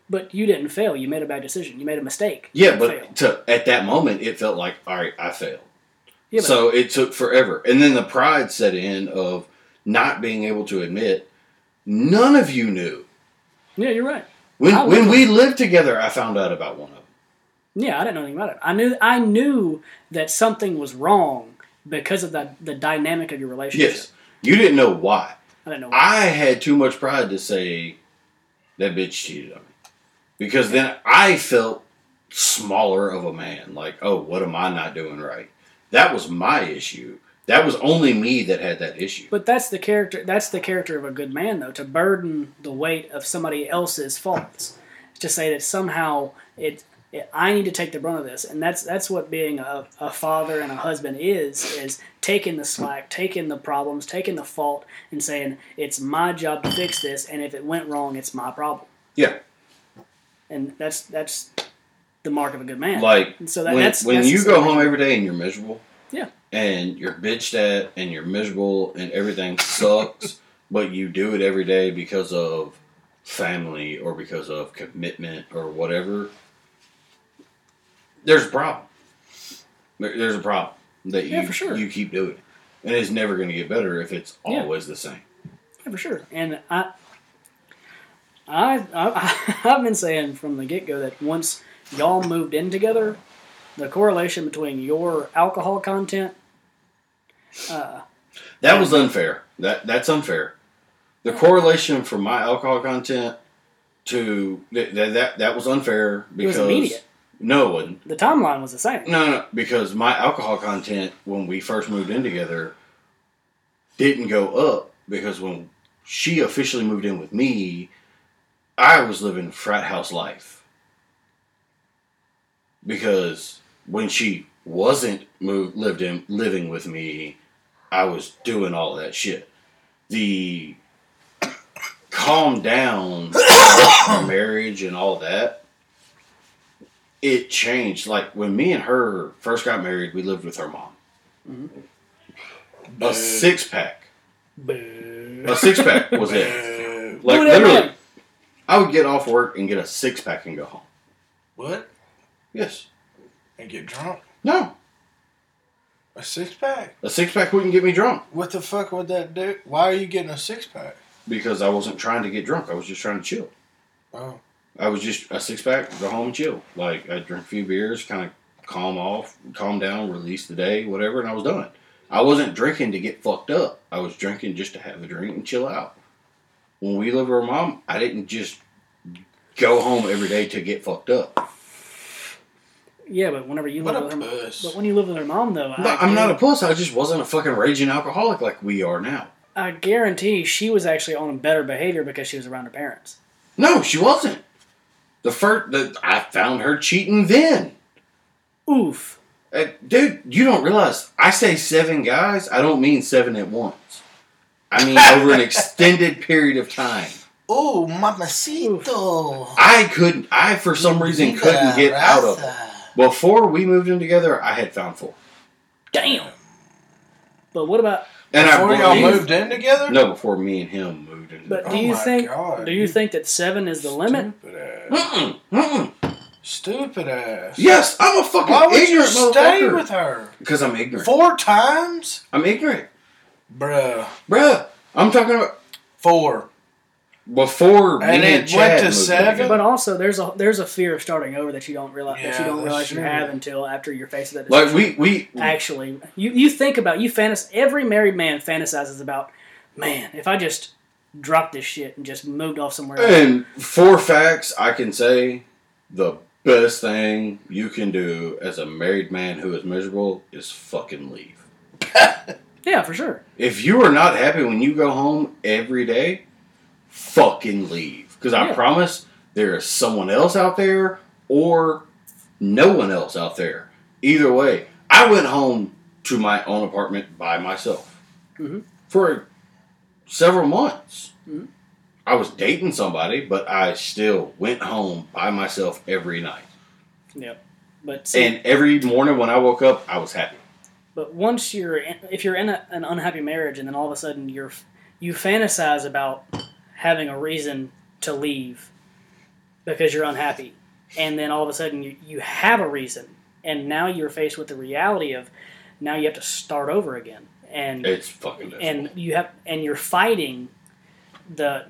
Speaker 1: But you didn't fail. You made a bad decision. You made a mistake.
Speaker 3: Yeah,
Speaker 1: You
Speaker 3: but
Speaker 1: failed.
Speaker 3: to, at that moment, it felt like, all right, I failed.
Speaker 1: yeah, but
Speaker 3: so it took forever. And then the pride set in of not being able to admit none of you knew.
Speaker 1: yeah, you're right.
Speaker 3: When,
Speaker 1: I
Speaker 3: when we lived together, I found out about one of them.
Speaker 1: Yeah, I didn't know anything about it. I knew I knew that something was wrong because of the the dynamic of your relationship.
Speaker 3: Yes. You didn't know why.
Speaker 1: I didn't know.
Speaker 3: I had too much pride to say that bitch cheated on me. Because then I felt smaller of a man. Like, oh, what am I not doing right? That was my issue. That was only me that had that issue.
Speaker 1: But that's the character. That's the character of a good man, though, to burden the weight of somebody else's faults, to say that somehow it yeah, I need to take the brunt of this, and that's that's what being a, a father and a husband is is taking the slack, taking the problems, taking the fault, and saying it's my job to fix this, and if it went wrong, it's my problem.
Speaker 3: Yeah.
Speaker 1: And that's that's the mark of a good man.
Speaker 3: Like,
Speaker 1: and so that,
Speaker 3: when,
Speaker 1: that's
Speaker 3: when
Speaker 1: that's
Speaker 3: you
Speaker 1: the
Speaker 3: go
Speaker 1: story.
Speaker 3: home every day and you're miserable,
Speaker 1: Yeah.
Speaker 3: and you're bitched at and you're miserable and everything sucks, but you do it every day because of family or because of commitment or whatever. There's a problem. There- There's a problem that you
Speaker 1: Yeah, for sure.
Speaker 3: you keep doing, and it's never going to get better if it's
Speaker 1: Yeah.
Speaker 3: always the same.
Speaker 1: Yeah, for sure. And I, I, I I've been saying from the get go that once y'all moved in together, the correlation between your alcohol content, uh,
Speaker 3: That was unfair. That that's unfair. The correlation for my alcohol content to that that that was unfair because
Speaker 1: immediate.
Speaker 3: no one
Speaker 1: the timeline was the same.
Speaker 3: no no because my alcohol content when we first moved in together didn't go up because when she officially moved in with me, I was living frat house life because when she wasn't moved lived in living with me, I was doing all that shit. The calm down our marriage and all that it changed like when me and her first got married we lived with her mom a six pack
Speaker 1: Boo.
Speaker 3: a six pack was it
Speaker 2: Boo.
Speaker 3: like
Speaker 1: Do it every
Speaker 3: literally
Speaker 1: day.
Speaker 3: i would get off work and get a six pack and go home
Speaker 2: What?
Speaker 3: yes
Speaker 2: And get drunk?
Speaker 3: no
Speaker 2: A six pack?
Speaker 3: a six pack wouldn't get me drunk
Speaker 2: What the fuck would that do? Why are you getting a six pack?
Speaker 3: because i wasn't trying to get drunk i was just trying to chill
Speaker 2: Oh,
Speaker 3: I was just a six pack, go home and chill. Like I drink a few beers, kind of calm off, calm down, release the day, whatever, and I was done. I wasn't drinking to get fucked up. I was drinking just to have a drink and chill out. When we lived with our mom, I didn't just go home every day to get fucked up.
Speaker 1: Yeah, but whenever you
Speaker 2: what
Speaker 1: live
Speaker 2: a
Speaker 1: with her,
Speaker 2: puss.
Speaker 1: but when you live with her mom though, I,
Speaker 3: But I'm not a puss. I just wasn't a fucking raging alcoholic like we are now.
Speaker 1: I guarantee she was actually on better behavior because she was around her parents.
Speaker 3: No, she wasn't. The first, the, I found her cheating then.
Speaker 1: Oof.
Speaker 3: Uh, dude, you don't realize I say seven guys, I don't mean seven at once. I mean over an extended period of time.
Speaker 2: Oh, mamacito.
Speaker 3: I couldn't, I for some reason couldn't get out of it. Before we moved in together, I had found four.
Speaker 1: Damn. But what about?
Speaker 3: And
Speaker 2: Before
Speaker 3: I
Speaker 2: y'all
Speaker 3: believe-
Speaker 2: moved in together?
Speaker 3: No, before me and him moved in.
Speaker 1: But
Speaker 2: Oh
Speaker 1: do you
Speaker 2: my
Speaker 1: think?
Speaker 2: God,
Speaker 1: Do
Speaker 2: you
Speaker 1: you think that seven is the limit?
Speaker 2: Stupid ass.
Speaker 3: Mm-mm, mm-mm.
Speaker 2: Stupid ass.
Speaker 3: Yes, I'm a fucking
Speaker 2: Why would you
Speaker 3: ignorant
Speaker 2: stay
Speaker 3: motherfucker.
Speaker 2: with her?
Speaker 3: Because I'm ignorant.
Speaker 2: Four times?
Speaker 3: I'm ignorant,
Speaker 2: Bruh.
Speaker 3: bruh. I'm talking about
Speaker 2: Four.
Speaker 3: before
Speaker 2: And
Speaker 3: me
Speaker 2: it
Speaker 3: and Chad
Speaker 2: went to
Speaker 3: moved in
Speaker 2: seven?
Speaker 3: together.
Speaker 1: But also, there's a there's a fear of starting over that you don't realize that you
Speaker 2: Yeah,
Speaker 1: don't
Speaker 2: that's
Speaker 1: realize you
Speaker 2: true.
Speaker 1: have until after you're faced with that.
Speaker 3: Like
Speaker 1: decision.
Speaker 3: we we
Speaker 1: actually, you you think about you fantas every married man fantasizes about, man, if I just dropped this shit and just moved off somewhere. else.
Speaker 3: And for facts, I can say the best thing you can do as a married man who is miserable is fucking leave.
Speaker 1: Yeah, for sure.
Speaker 3: If you are not happy when you go home every day, fucking leave. Because I
Speaker 1: Yeah.
Speaker 3: promise there is someone else out there or no one else out there. Either way, I went home to my own apartment by myself
Speaker 1: Mhm.
Speaker 3: for several months.
Speaker 1: Mhm.
Speaker 3: I was dating somebody, but I still went home by myself every night.
Speaker 1: Yep. But see,
Speaker 3: And every morning when I woke up, I was happy.
Speaker 1: but once you're in, if you're in a, an unhappy marriage and then all of a sudden you're you fantasize about having a reason to leave because you're unhappy and then all of a sudden you, you have a reason and now you're faced with the reality of now you have to start over again and
Speaker 3: It's fucking miserable.
Speaker 1: and you have and you're fighting the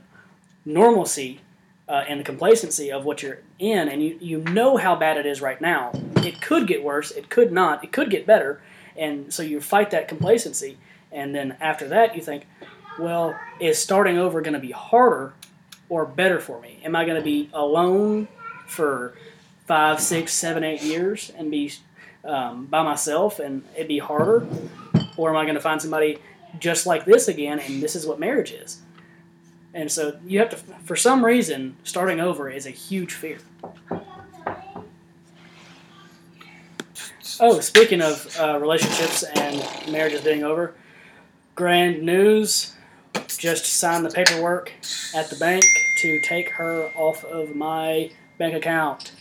Speaker 1: normalcy uh, and the complacency of what you're in and you, you know how bad it is right now it could get worse it could not it could get better and so you fight that complacency and then after that you think well is starting over going to be harder or better for me am i going to be alone for five six seven eight years and be um, by myself and it'd be harder or am i going to find somebody just like this again, and this is what marriage is. And so you have to, for some reason, starting over is a huge fear. Oh, speaking of uh, relationships and marriages being over, grand news just signed the paperwork at the bank to take her off of my bank account.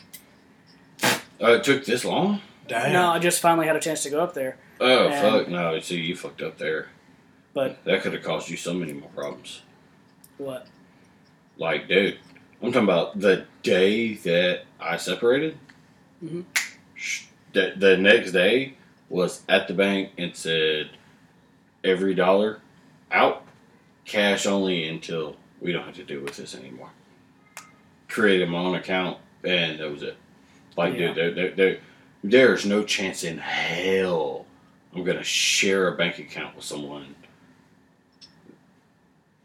Speaker 3: Oh, it took this long?
Speaker 2: Damn.
Speaker 1: No, I just finally had a chance to go up there.
Speaker 3: Oh,
Speaker 1: Yeah.
Speaker 3: fuck. No, see, you fucked up there.
Speaker 1: But-
Speaker 3: that could have caused you so many more problems.
Speaker 1: What?
Speaker 3: Like, dude, I'm talking about the day that I separated.
Speaker 1: Mhm.
Speaker 3: Sh- The, the next day was at the bank and said every dollar out, cash only until we don't have to deal with this anymore. Created my own account and that was it. Like,
Speaker 1: Yeah.
Speaker 3: dude, there, there, there, there's no chance in hell I'm gonna share a bank account with someone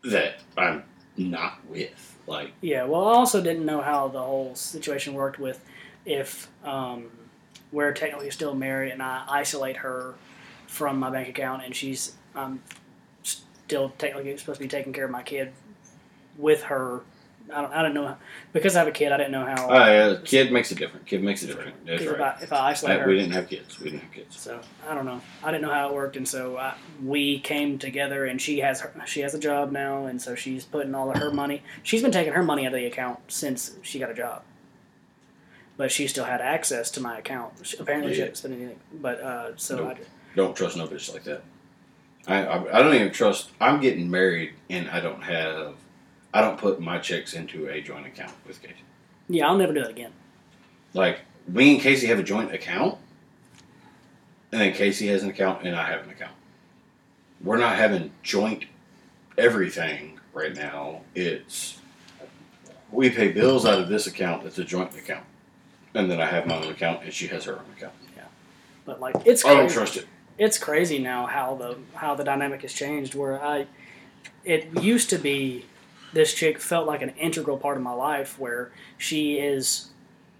Speaker 3: that I'm not with. Like,
Speaker 1: Yeah, well, I also didn't know how the whole situation worked with if um, we're technically still married and I isolate her from my bank account and she's um, still technically supposed to be taking care of my kid with her. I don't, I don't know. Because I have a kid, I didn't know how.
Speaker 3: uh, kid makes a difference. Kid makes a difference. That's
Speaker 1: 'cause if,
Speaker 3: right.
Speaker 1: I, if I isolate
Speaker 3: Uh,
Speaker 1: her.
Speaker 3: we didn't have kids. We didn't have kids.
Speaker 1: So I don't know. I didn't know how it worked, and so I, we came together. And she has her, she has a job now, and so she's putting all of her money. She's been taking her money out of the account since she got a job, but she still had access to my account. She, apparently, she
Speaker 3: Yeah.
Speaker 1: didn't spend anything. But uh, so I,
Speaker 3: Nope. Don't trust no bitch like that. I, I I don't even trust. I'm getting married and I don't have. I don't put my checks into a joint account with Casey.
Speaker 1: yeah, I'll never do that again.
Speaker 3: Like me and Casey have a joint account, and then Casey has an account and I have an account. We're not having joint everything right now. It's we pay bills out of this account. It's a joint account, and then I have my own account and she has her own account.
Speaker 1: But like it's
Speaker 3: I don't
Speaker 1: crazy.
Speaker 3: trust it.
Speaker 1: it's crazy now how the how the dynamic has changed. Where I, it used to be, this chick felt like an integral part of my life, where she is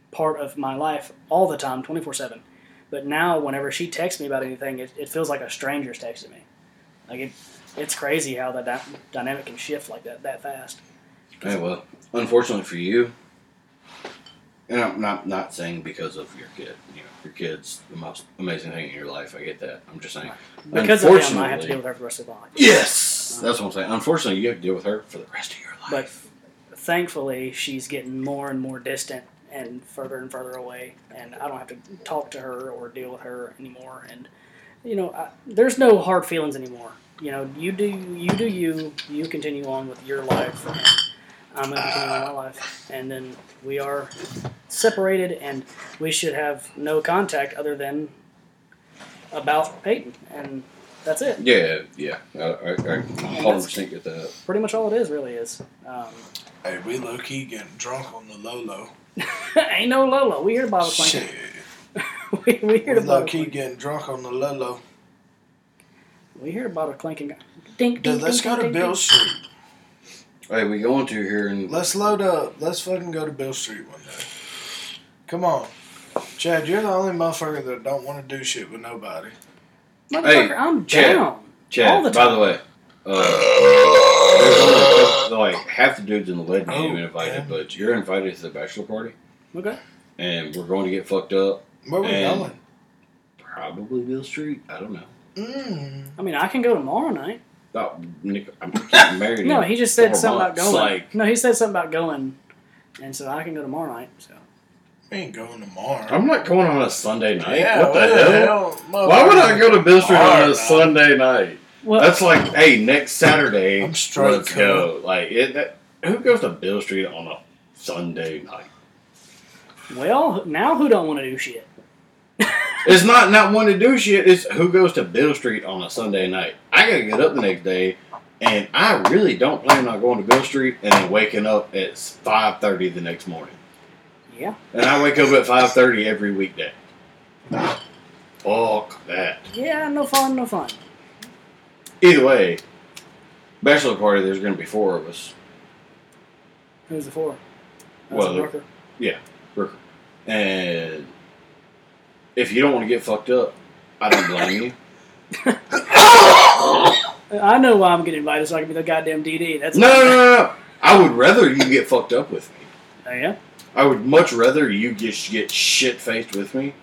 Speaker 1: part of my life all the time, twenty four seven. But now, whenever she texts me about anything, it, it feels like a stranger's texting me. Like it, it's crazy how that dy- dynamic can shift like that that fast.
Speaker 3: Hey, well, unfortunately for you, and I'm not not saying because of your kid. You know, your kid's the most amazing thing in your life. I get that. I'm just saying.
Speaker 1: Because of him, I have to
Speaker 3: Unfortunately-
Speaker 1: deal with her for the rest of my life.
Speaker 3: Yes, that's what I'm saying. Unfortunately, you have to deal with her for the rest of your
Speaker 1: But
Speaker 3: life.
Speaker 1: thankfully, she's getting more and more distant and further and further away, and I don't have to talk to her or deal with her anymore. And you know, I, there's no hard feelings anymore. You know, you do you do you you continue on with your life, and I'm gonna continue on my life, and then we are separated, and we should have no contact other than about Peyton, and that's it.
Speaker 3: yeah, yeah, I, I, I 100% get that.
Speaker 1: Pretty much all it is really is. Um,
Speaker 2: Hey, we low key getting drunk on the Lolo.
Speaker 1: ain't no Lolo. We hear Bible
Speaker 2: Shit.
Speaker 1: Shit. we, we
Speaker 2: We
Speaker 1: hear about
Speaker 2: low
Speaker 1: a
Speaker 2: key
Speaker 1: clanking.
Speaker 2: getting drunk on the Lolo.
Speaker 1: We hear about a clanking. Ding, ding,
Speaker 2: Dude, let's
Speaker 1: ding,
Speaker 2: go to
Speaker 1: ding,
Speaker 2: Bill
Speaker 1: ding.
Speaker 2: Street.
Speaker 3: Hey, we going to here and
Speaker 2: Let's load up. Let's fucking go to Bill Street one day. Come on. Chad, you're the only motherfucker that don't want to do shit with nobody.
Speaker 1: Motherfucker, I'm
Speaker 3: Chad.
Speaker 1: down. all
Speaker 3: Chad.
Speaker 1: the
Speaker 3: by
Speaker 1: time.
Speaker 3: the way, uh, there's only, like half the dudes in the lead
Speaker 2: Oh,
Speaker 3: ain't even invited,
Speaker 2: damn.
Speaker 3: but you're invited to the bachelor party,
Speaker 1: Okay.
Speaker 3: and we're going to get fucked up.
Speaker 2: Where we
Speaker 3: And-
Speaker 2: going?
Speaker 3: Probably Bill Street. I don't know.
Speaker 2: Mm.
Speaker 1: I mean, I can go tomorrow night.
Speaker 3: Oh, Nick, I'm getting married.
Speaker 1: No,
Speaker 3: in
Speaker 1: he just said
Speaker 3: four
Speaker 1: something about
Speaker 3: months,
Speaker 1: going.
Speaker 3: Like,
Speaker 1: no, he said something about going, and so I can go tomorrow night. So
Speaker 2: We ain't going tomorrow.
Speaker 3: I'm not going on a Sunday night.
Speaker 2: yeah,
Speaker 3: what the hell? Why would I go to Bill Street on
Speaker 2: Alright.
Speaker 3: a Sunday night?
Speaker 1: well,
Speaker 3: That's like, hey, next Saturday,
Speaker 2: I'm straight,
Speaker 3: let's go. Like, it, that, who goes to Bill Street on a Sunday night?
Speaker 1: well, now who don't want to do shit?
Speaker 3: It's not not wanting to do shit. It's who goes to Bill Street on a Sunday night. I gotta get up the next day, and I really don't plan on going to Bill Street and then waking up at five thirty the next morning.
Speaker 1: Yeah.
Speaker 3: And I wake up at five thirty every weekday. Fuck that.
Speaker 1: Yeah, no fun, no fun.
Speaker 3: Either way, bachelor party. There's gonna be four of us.
Speaker 1: Who's the four? That's
Speaker 3: Well,
Speaker 1: a worker.
Speaker 3: Brooker. And if you don't want to get fucked up, I don't blame you.
Speaker 1: I know why I'm getting invited, so I can be the goddamn DD. That's
Speaker 3: No, no, no, no, no. I would rather you get fucked up with me.
Speaker 1: Oh, yeah.
Speaker 3: I would much rather you just get shit faced with me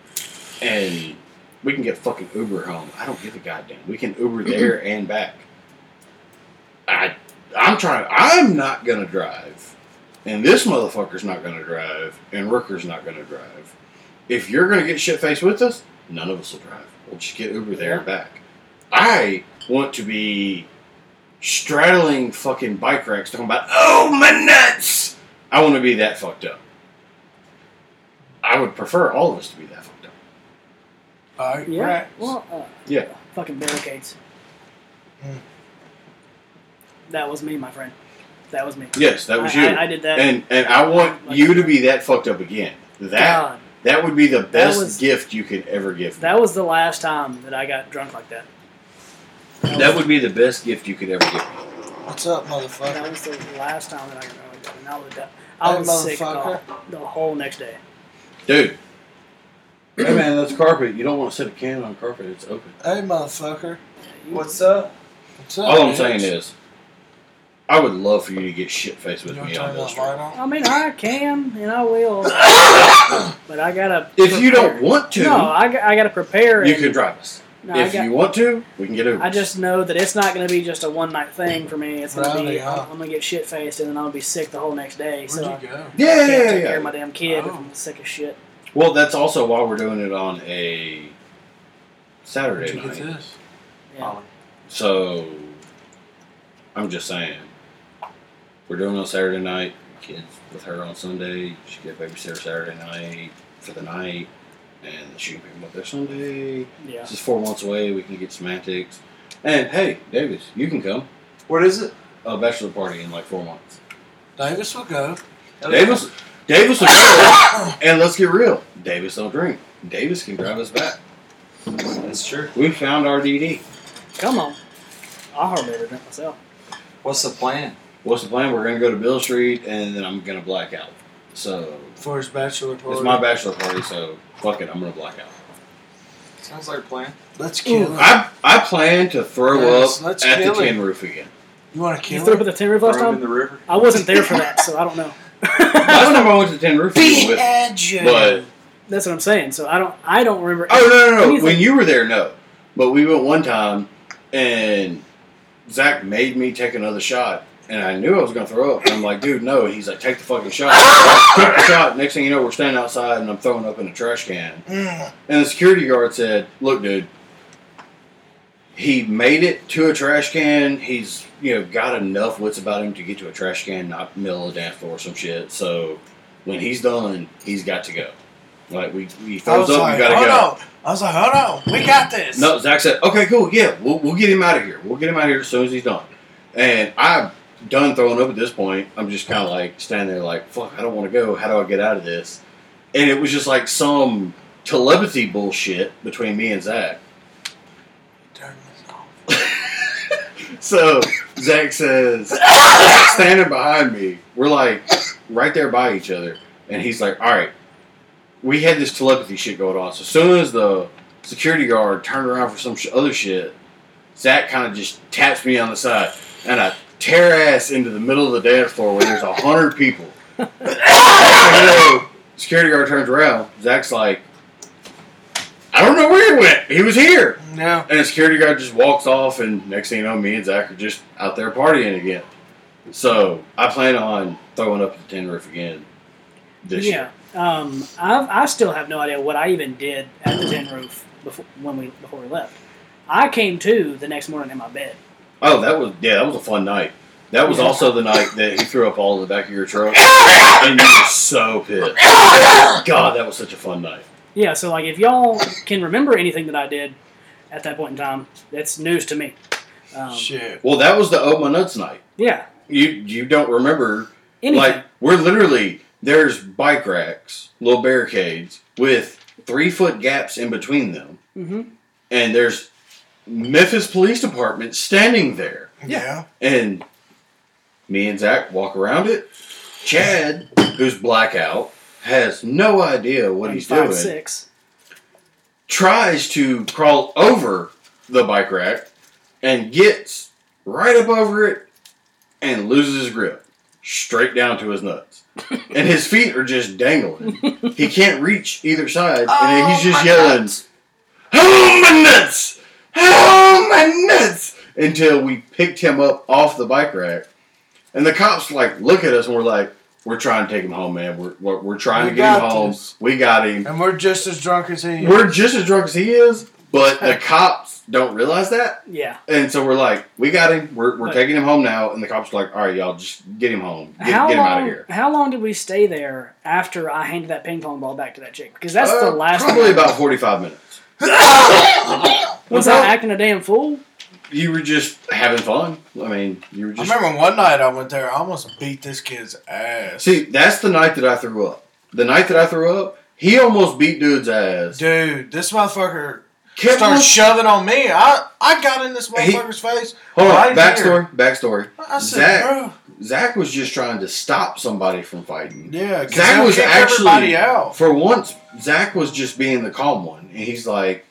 Speaker 3: and We can get fucking Uber home. I don't give a goddamn. We can Uber there and back. I I'm trying I'm not gonna drive. And this motherfucker's not gonna drive, and Rooker's not gonna drive. If you're gonna get shit faced with us, none of us will drive. We'll just get Uber there and back. I want to be straddling fucking bike racks talking about oh my nuts. I want to be that fucked up. I would prefer all of us to be that fucked up.
Speaker 2: All right.
Speaker 1: Yeah.
Speaker 2: Right.
Speaker 1: Well, uh,
Speaker 3: Yeah.
Speaker 1: fucking barricades.
Speaker 2: Mm.
Speaker 1: That was me, my friend. That was me.
Speaker 3: Yes, that was
Speaker 1: I,
Speaker 3: you.
Speaker 1: I, I did that.
Speaker 3: and and I want
Speaker 1: Like-
Speaker 3: you to be that fucked up again. That
Speaker 1: God,
Speaker 3: that would be the best
Speaker 1: was-
Speaker 3: gift you could ever give.
Speaker 1: that was the last time that I got drunk like that.
Speaker 3: That, would be the best gift you could ever give. me.
Speaker 2: What's up,
Speaker 1: That
Speaker 2: motherfucker?
Speaker 1: was the last time that I got drunk like that. And I was, done. I
Speaker 2: Hey,
Speaker 1: was sick the,
Speaker 2: motherfucker.
Speaker 1: the whole next day.
Speaker 3: Dude. Hey man, that's carpet. You don't want to set a can on carpet. It's open.
Speaker 2: Hey, motherfucker.
Speaker 1: You-
Speaker 4: up?
Speaker 2: What's up?
Speaker 3: All I'm
Speaker 2: bitch?
Speaker 3: saying is, I would love for you to get shit faced
Speaker 2: you
Speaker 3: with
Speaker 2: want
Speaker 3: me
Speaker 2: to
Speaker 3: on
Speaker 2: turn
Speaker 3: this.
Speaker 2: that light on?
Speaker 1: I mean, I can and I will, but I gotta.
Speaker 3: If you
Speaker 1: prepare.
Speaker 3: don't want to,
Speaker 1: no, I, got- I gotta prepare.
Speaker 3: you
Speaker 1: and-
Speaker 3: can drive us.
Speaker 1: no, I
Speaker 3: if
Speaker 1: got-
Speaker 3: you want to, we can get over.
Speaker 1: I just know that it's not going to be just a one night thing for me. It's going to
Speaker 2: Really,
Speaker 1: be
Speaker 2: huh?
Speaker 1: I'm going to get shit faced and then I'll be sick the whole next day.
Speaker 2: Where'd
Speaker 1: so I
Speaker 2: you go?
Speaker 3: yeah,
Speaker 1: can't
Speaker 3: yeah, yeah,
Speaker 1: take
Speaker 3: yeah.
Speaker 1: care of my damn kid if
Speaker 2: Oh.
Speaker 1: I'm sick as shit.
Speaker 3: Well, that's also why we're doing it on a
Speaker 2: Where'd
Speaker 3: Saturday
Speaker 2: you get
Speaker 3: night.
Speaker 2: this?
Speaker 1: Yeah.
Speaker 3: So I'm just saying, we're doing it on Saturday night. Kids with her on Sunday. She get a babysitter Saturday night for the night, and she can pick them up there Sunday.
Speaker 1: yeah.
Speaker 3: This is four months away. We can get semantics. And hey, Davis, you can come.
Speaker 4: What is it?
Speaker 3: A bachelor party in like four months.
Speaker 2: Davis will go.
Speaker 3: Davis, Davis, will go. and let's get real. Davis don't drink. Davis can drive us back.
Speaker 4: That's true.
Speaker 3: We found our DD.
Speaker 1: Come on. I'll hardly ever drink myself.
Speaker 4: What's the plan?
Speaker 3: What's the plan? We're gonna go to Bill Street, and then I'm gonna black out. So
Speaker 2: For his bachelor party.
Speaker 3: it's my bachelor party. So fuck it, I'm gonna black out.
Speaker 4: Sounds like a plan.
Speaker 2: Let's kill him.
Speaker 3: I I plan to throw
Speaker 2: Yes,
Speaker 3: up
Speaker 2: let's
Speaker 3: at the
Speaker 2: kill it.
Speaker 3: tin roof again.
Speaker 2: You want to
Speaker 1: Can you
Speaker 2: kill
Speaker 1: threw up
Speaker 2: him?
Speaker 1: at the tin roof
Speaker 4: Throw
Speaker 1: last
Speaker 4: him in
Speaker 1: time?
Speaker 4: the river.
Speaker 1: I wasn't there for that, so I don't know.
Speaker 3: Last time I went to the tin roof, you were with. me.
Speaker 2: Pigeon.
Speaker 3: But-
Speaker 1: That's what I'm saying. So I don't I don't remember.
Speaker 3: Oh no, no, no!
Speaker 1: Anything.
Speaker 3: When you were there, no. But we went one time, and Zach made me take another shot, and I knew I was gonna throw up. And I'm like, dude, no. And he's like, take the fucking shot. Took the shot. Next thing you know, we're standing outside, and I'm throwing up in a trash can.
Speaker 2: Mm.
Speaker 3: And the security guard said, look, dude. He made it to a trash can. He's you know got enough wits about him to get to a trash can, not middle of the dance floor or some shit. So when he's done, he's got to go. Like we, we
Speaker 2: I
Speaker 3: thumbs
Speaker 2: was
Speaker 3: up,
Speaker 2: like,
Speaker 3: we gotta
Speaker 2: hold
Speaker 3: go.
Speaker 2: on. I was like, hold on. We got this.
Speaker 3: No, Zach said, okay, cool, yeah, we'll, we'll get him out of here. We'll get him out of here as soon as he's done. And I'm done throwing up at this point. I'm just kind of like standing there, like, fuck, I don't want to go. How do I get out of this? And it was just like some telepathy bullshit between me and Zach.
Speaker 2: Turn this off.
Speaker 3: So Zach says, standing behind me, we're like right there by each other. And he's like, all right, we had this telepathy shit going on. So as soon as the security guard turned around for some sh- other shit, Zach kind of just taps me on the side. And I tear ass into the middle of the dance floor where there's a hundred people. And, you know, security guard turns around. Zach's like, I don't know where he went. He was here.
Speaker 2: No.
Speaker 3: And the security guard just walks off, and next thing you know, me and Zach are just out there partying again. So I plan on throwing up the tin roof again this
Speaker 1: yeah.
Speaker 3: year.
Speaker 1: Um, I've, I still have no idea what I even did at the tin roof before when we before we left. I came to the next morning in my bed.
Speaker 3: Oh, that was yeah, that was a fun night. That was
Speaker 1: Yeah.
Speaker 3: also the night that he threw up all in the back of your truck, and you were so pissed. God, that was such a fun night.
Speaker 1: Yeah, so like if y'all can remember anything that I did at that point in time, that's news to me. Um,
Speaker 2: Shit.
Speaker 3: Well, that was the oh my nuts night.
Speaker 1: Yeah,
Speaker 3: You you don't remember
Speaker 1: anything.
Speaker 3: Like we're literally there's bike racks, little barricades with three foot gaps in between them,
Speaker 1: Mhm.
Speaker 3: and there's Memphis Police Department standing there,
Speaker 2: Yeah.
Speaker 3: and me and Zach walk around it. Chad, who's blackout, has no idea what
Speaker 1: I'm
Speaker 3: he's
Speaker 1: five,
Speaker 3: doing.
Speaker 1: six.
Speaker 3: Tries to crawl over the bike rack and gets right up over it and loses his grip straight down to his nuts. and his
Speaker 2: Oh
Speaker 3: feet are just dangling. He can't reach either side, and he's just yelling, How my nuts? How my nuts? Until we picked him up off the bike rack, and the cops like look at us and we're like, "We're trying to take him home, man. We're we're, we're trying
Speaker 2: We
Speaker 3: to get him
Speaker 2: got
Speaker 3: home.
Speaker 2: this."
Speaker 3: We got him.
Speaker 2: And we're just as drunk as he is.
Speaker 3: We're just as drunk as he is, but the cops don't realize that,
Speaker 1: Yeah.
Speaker 3: and so we're like, "We got him. We're, we're
Speaker 1: But-
Speaker 3: taking him home now." And the cops are like, "All right, y'all, just get him home. Get,
Speaker 1: how
Speaker 3: get him
Speaker 1: long?
Speaker 3: out of here."
Speaker 1: How long did we stay there after I handed that ping pong ball back to that chick? Because that's the
Speaker 3: Uh,
Speaker 1: last.
Speaker 3: Probably
Speaker 1: time-
Speaker 3: about forty-five minutes.
Speaker 1: Was
Speaker 3: Well,
Speaker 1: I acting a damn fool?
Speaker 3: You were just having fun. I mean, you were
Speaker 2: I
Speaker 3: just.
Speaker 2: remember one night I went there, I almost beat this kid's ass.
Speaker 3: See, that's the night that I threw up. The night that I threw up, he almost beat dude's ass.
Speaker 2: Dude, this motherfucker
Speaker 3: Kept
Speaker 2: started
Speaker 3: on-
Speaker 2: shoving on me. I, I got in this motherfucker's face.
Speaker 3: Hold on,
Speaker 2: right
Speaker 3: backstory, backstory.
Speaker 2: I said,
Speaker 3: Zach-
Speaker 2: bro.
Speaker 3: Zach was just trying to stop somebody from fighting.
Speaker 2: Yeah, 'cause
Speaker 3: Zach
Speaker 2: he'll
Speaker 3: was
Speaker 2: kick
Speaker 3: actually-
Speaker 2: everybody out.
Speaker 3: For once, Zach was just being the calm one, and he's like,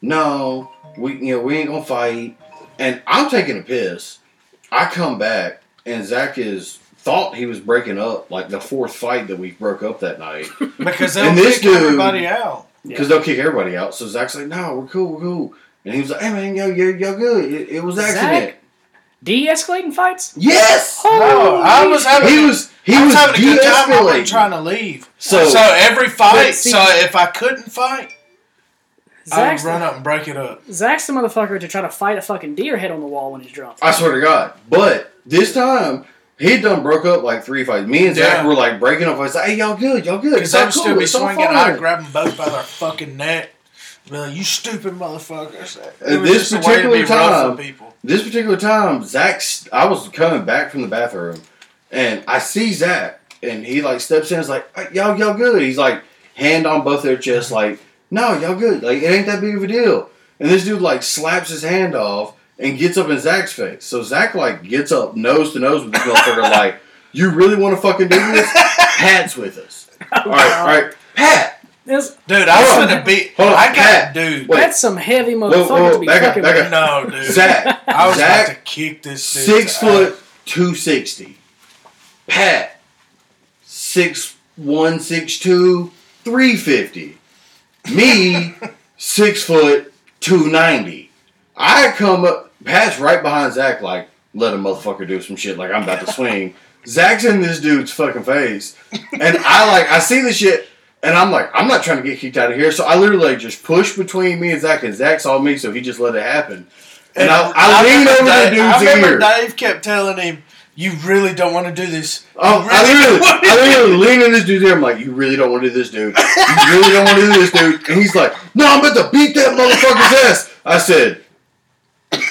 Speaker 3: "No, we you know we ain't gonna fight." And I'm taking a piss. I come back, and Zach is thought he was breaking up like the fourth fight that we broke up that night.
Speaker 2: Because they'll
Speaker 3: And this
Speaker 2: kick
Speaker 3: dude-
Speaker 2: everybody out.
Speaker 3: because they'll kick everybody out. So Zach's like, "No, we're cool, we're cool." And he was like, "Hey man, yo, yo, yo, good. It, it was an
Speaker 1: Zach?
Speaker 3: accident."
Speaker 1: De-escalating fights.
Speaker 3: Yes,
Speaker 2: No, I was having,
Speaker 3: he was. He
Speaker 2: I was
Speaker 3: was
Speaker 2: having a good time. I wasn't
Speaker 3: de-escalating.
Speaker 2: trying to leave.
Speaker 3: so,
Speaker 2: so every
Speaker 1: But
Speaker 2: fight,
Speaker 1: see-
Speaker 2: so if I couldn't fight,
Speaker 1: Zach's,
Speaker 2: I'd run up and break it up.
Speaker 1: Zach's the motherfucker to try to fight a fucking deer head on the wall when he's drunk.
Speaker 3: I swear to God. But this time, he done broke up like three fights. Me and Zach
Speaker 2: Yeah.
Speaker 3: were like breaking up. I was like, "Hey, y'all good? Y'all good?"
Speaker 2: Because
Speaker 3: It's
Speaker 2: they
Speaker 3: all
Speaker 2: would
Speaker 3: cool.
Speaker 2: still be
Speaker 3: It's all
Speaker 2: swinging.
Speaker 3: fine."
Speaker 2: I'd grab them both by their fucking neck. Be like, you stupid motherfuckers. It
Speaker 3: At
Speaker 2: was
Speaker 3: this
Speaker 2: just a way to
Speaker 3: particular
Speaker 2: be rough
Speaker 3: time-
Speaker 2: with people.
Speaker 3: This particular time, Zach's. I was coming back from the bathroom, and I see Zach, and he like steps in. Is like, "Hey, "Y'all, y'all good?" He's like, hand on both their chests,
Speaker 2: Mm-hmm.
Speaker 3: like, "No, y'all good. Like, it ain't that big of a deal." And this dude like slaps his hand off and gets up in Zach's face. So Zach like gets up nose to nose with this motherfucker, like, "You really want to fucking do this?" Pat's with us.
Speaker 2: Oh,
Speaker 3: all right, all right, Pat.
Speaker 1: This,
Speaker 2: Dude, I was
Speaker 3: Hold on.
Speaker 2: gonna beat.
Speaker 3: Hold on.
Speaker 2: I got
Speaker 3: Pat.
Speaker 2: dude.
Speaker 3: Wait.
Speaker 1: that's some heavy
Speaker 3: Whoa,
Speaker 1: motherfucker
Speaker 3: whoa,
Speaker 1: to be
Speaker 3: back up,
Speaker 1: fucking
Speaker 3: back
Speaker 1: with.
Speaker 3: up.
Speaker 2: No, dude.
Speaker 3: Zach,
Speaker 2: I was
Speaker 3: Zach,
Speaker 2: about to kick this Uh, dude's
Speaker 3: six
Speaker 2: ass.
Speaker 3: foot two sixty. Pat six one six two three fifty. Me six foot two ninety. I come up Pat's right behind Zach like let a motherfucker do some shit like I'm about to swing. Zach's in this dude's fucking face. And I like I see this shit and I'm like, I'm not trying to get kicked out of here. So I literally just push between me and Zach, and Zach saw me, so he just let it happen. And, I, I, leaned
Speaker 2: remember
Speaker 3: over
Speaker 2: Dave, I
Speaker 3: the dude's
Speaker 2: remember
Speaker 3: ear.
Speaker 2: Dave kept telling him, "You really don't want to do this."
Speaker 3: Oh,
Speaker 2: You
Speaker 3: I
Speaker 2: really
Speaker 3: literally,
Speaker 2: don't wanna
Speaker 3: I literally lean in this dude's ear. I'm like, you really don't want to do this, dude. You really don't want to do this, dude. And he's like, no, I'm about to beat that motherfucker's ass. I said,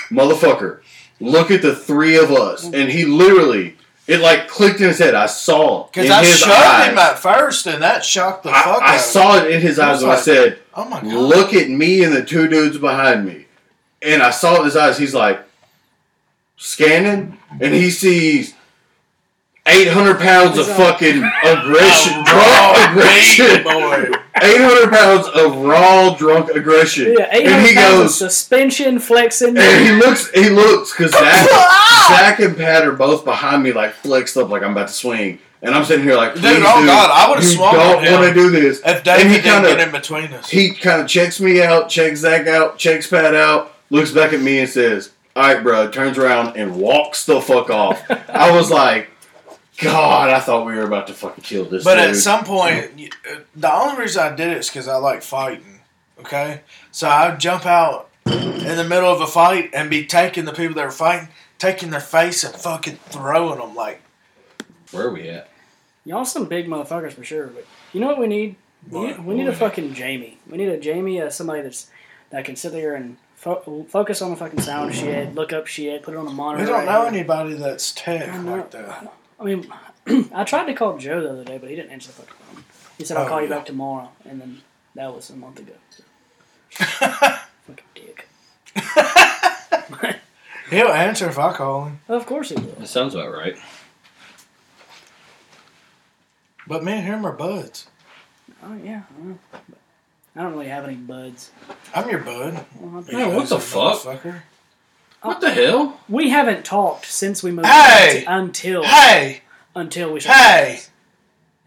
Speaker 3: motherfucker, look at the three of us. And he literally, it like clicked in his head. I saw it
Speaker 2: Because
Speaker 3: in
Speaker 2: I
Speaker 3: his
Speaker 2: shoved
Speaker 3: eyes.
Speaker 2: him at first, and that shocked the
Speaker 3: I,
Speaker 2: fuck out
Speaker 3: I
Speaker 2: of
Speaker 3: saw it in his
Speaker 2: I
Speaker 3: eyes
Speaker 2: was
Speaker 3: when I
Speaker 2: like,
Speaker 3: said,
Speaker 2: him. Oh my god!
Speaker 3: look at me and the two dudes behind me. And I saw it in his eyes. He's like, scanning, and he sees 800 pounds of
Speaker 1: He's like-
Speaker 3: fucking aggression,
Speaker 2: Raw
Speaker 3: drunk
Speaker 2: meat,
Speaker 3: aggression.
Speaker 2: boy.
Speaker 3: 800 pounds of raw drunk aggression.
Speaker 1: Yeah,
Speaker 3: and
Speaker 1: 800
Speaker 3: he
Speaker 1: pounds of
Speaker 3: goes,
Speaker 1: suspension, flexing.
Speaker 3: and he looks, he looks, because Zach, Zach and Pat are both behind me, like flexed up, like I'm about to swing. And I'm sitting here like,
Speaker 2: Dude,
Speaker 3: "Please,
Speaker 2: oh God, I would've
Speaker 3: You
Speaker 2: swung
Speaker 3: don't
Speaker 2: him.
Speaker 3: want to do this.
Speaker 2: If
Speaker 3: And
Speaker 2: Dave
Speaker 3: he
Speaker 2: didn't
Speaker 3: kinda-
Speaker 2: get in between us,
Speaker 3: he kind of checks me out, checks Zach out, checks Pat out, looks back at me and says, "All right, bro." Turns around and walks the fuck off. I was like, "God, I thought we were about to fucking kill this
Speaker 2: But
Speaker 3: dude."
Speaker 2: at some point, you- uh, the only reason I did it is because I like fighting. Okay, so I would jump out in the middle of a fight and be taking the people that were fighting, taking their face and fucking throwing them like
Speaker 3: Where are we at?
Speaker 1: Y'all some big motherfuckers for sure. But you know what we need? We
Speaker 2: What?
Speaker 1: need, we need a fucking Jamie. We need a Jamie, uh, somebody that's that can sit there and fo- focus on the fucking sound shit, look up shit, put it on the monitor.
Speaker 2: we don't
Speaker 1: right
Speaker 2: know
Speaker 1: here.
Speaker 2: anybody that's tech
Speaker 1: I know.
Speaker 2: like that.
Speaker 1: I mean, I tried to call Joe the other day, but he didn't answer the fucking phone. He said, "I'll
Speaker 2: Oh,
Speaker 1: call you
Speaker 2: yeah.
Speaker 1: back tomorrow," and then that was a month ago. So, fucking dick.
Speaker 2: He'll answer if I call him.
Speaker 1: Of course he will.
Speaker 3: That sounds about right.
Speaker 2: But me and him are buds.
Speaker 1: Oh yeah. I don't, know. But I don't really have any buds.
Speaker 2: I'm your bud.
Speaker 1: Well, I-
Speaker 3: Man, what the fuck?
Speaker 2: Motherfucker.
Speaker 3: What the hell?
Speaker 1: We haven't talked since we moved.
Speaker 2: Hey!
Speaker 1: in until
Speaker 2: Hey,
Speaker 1: until we.
Speaker 2: hey,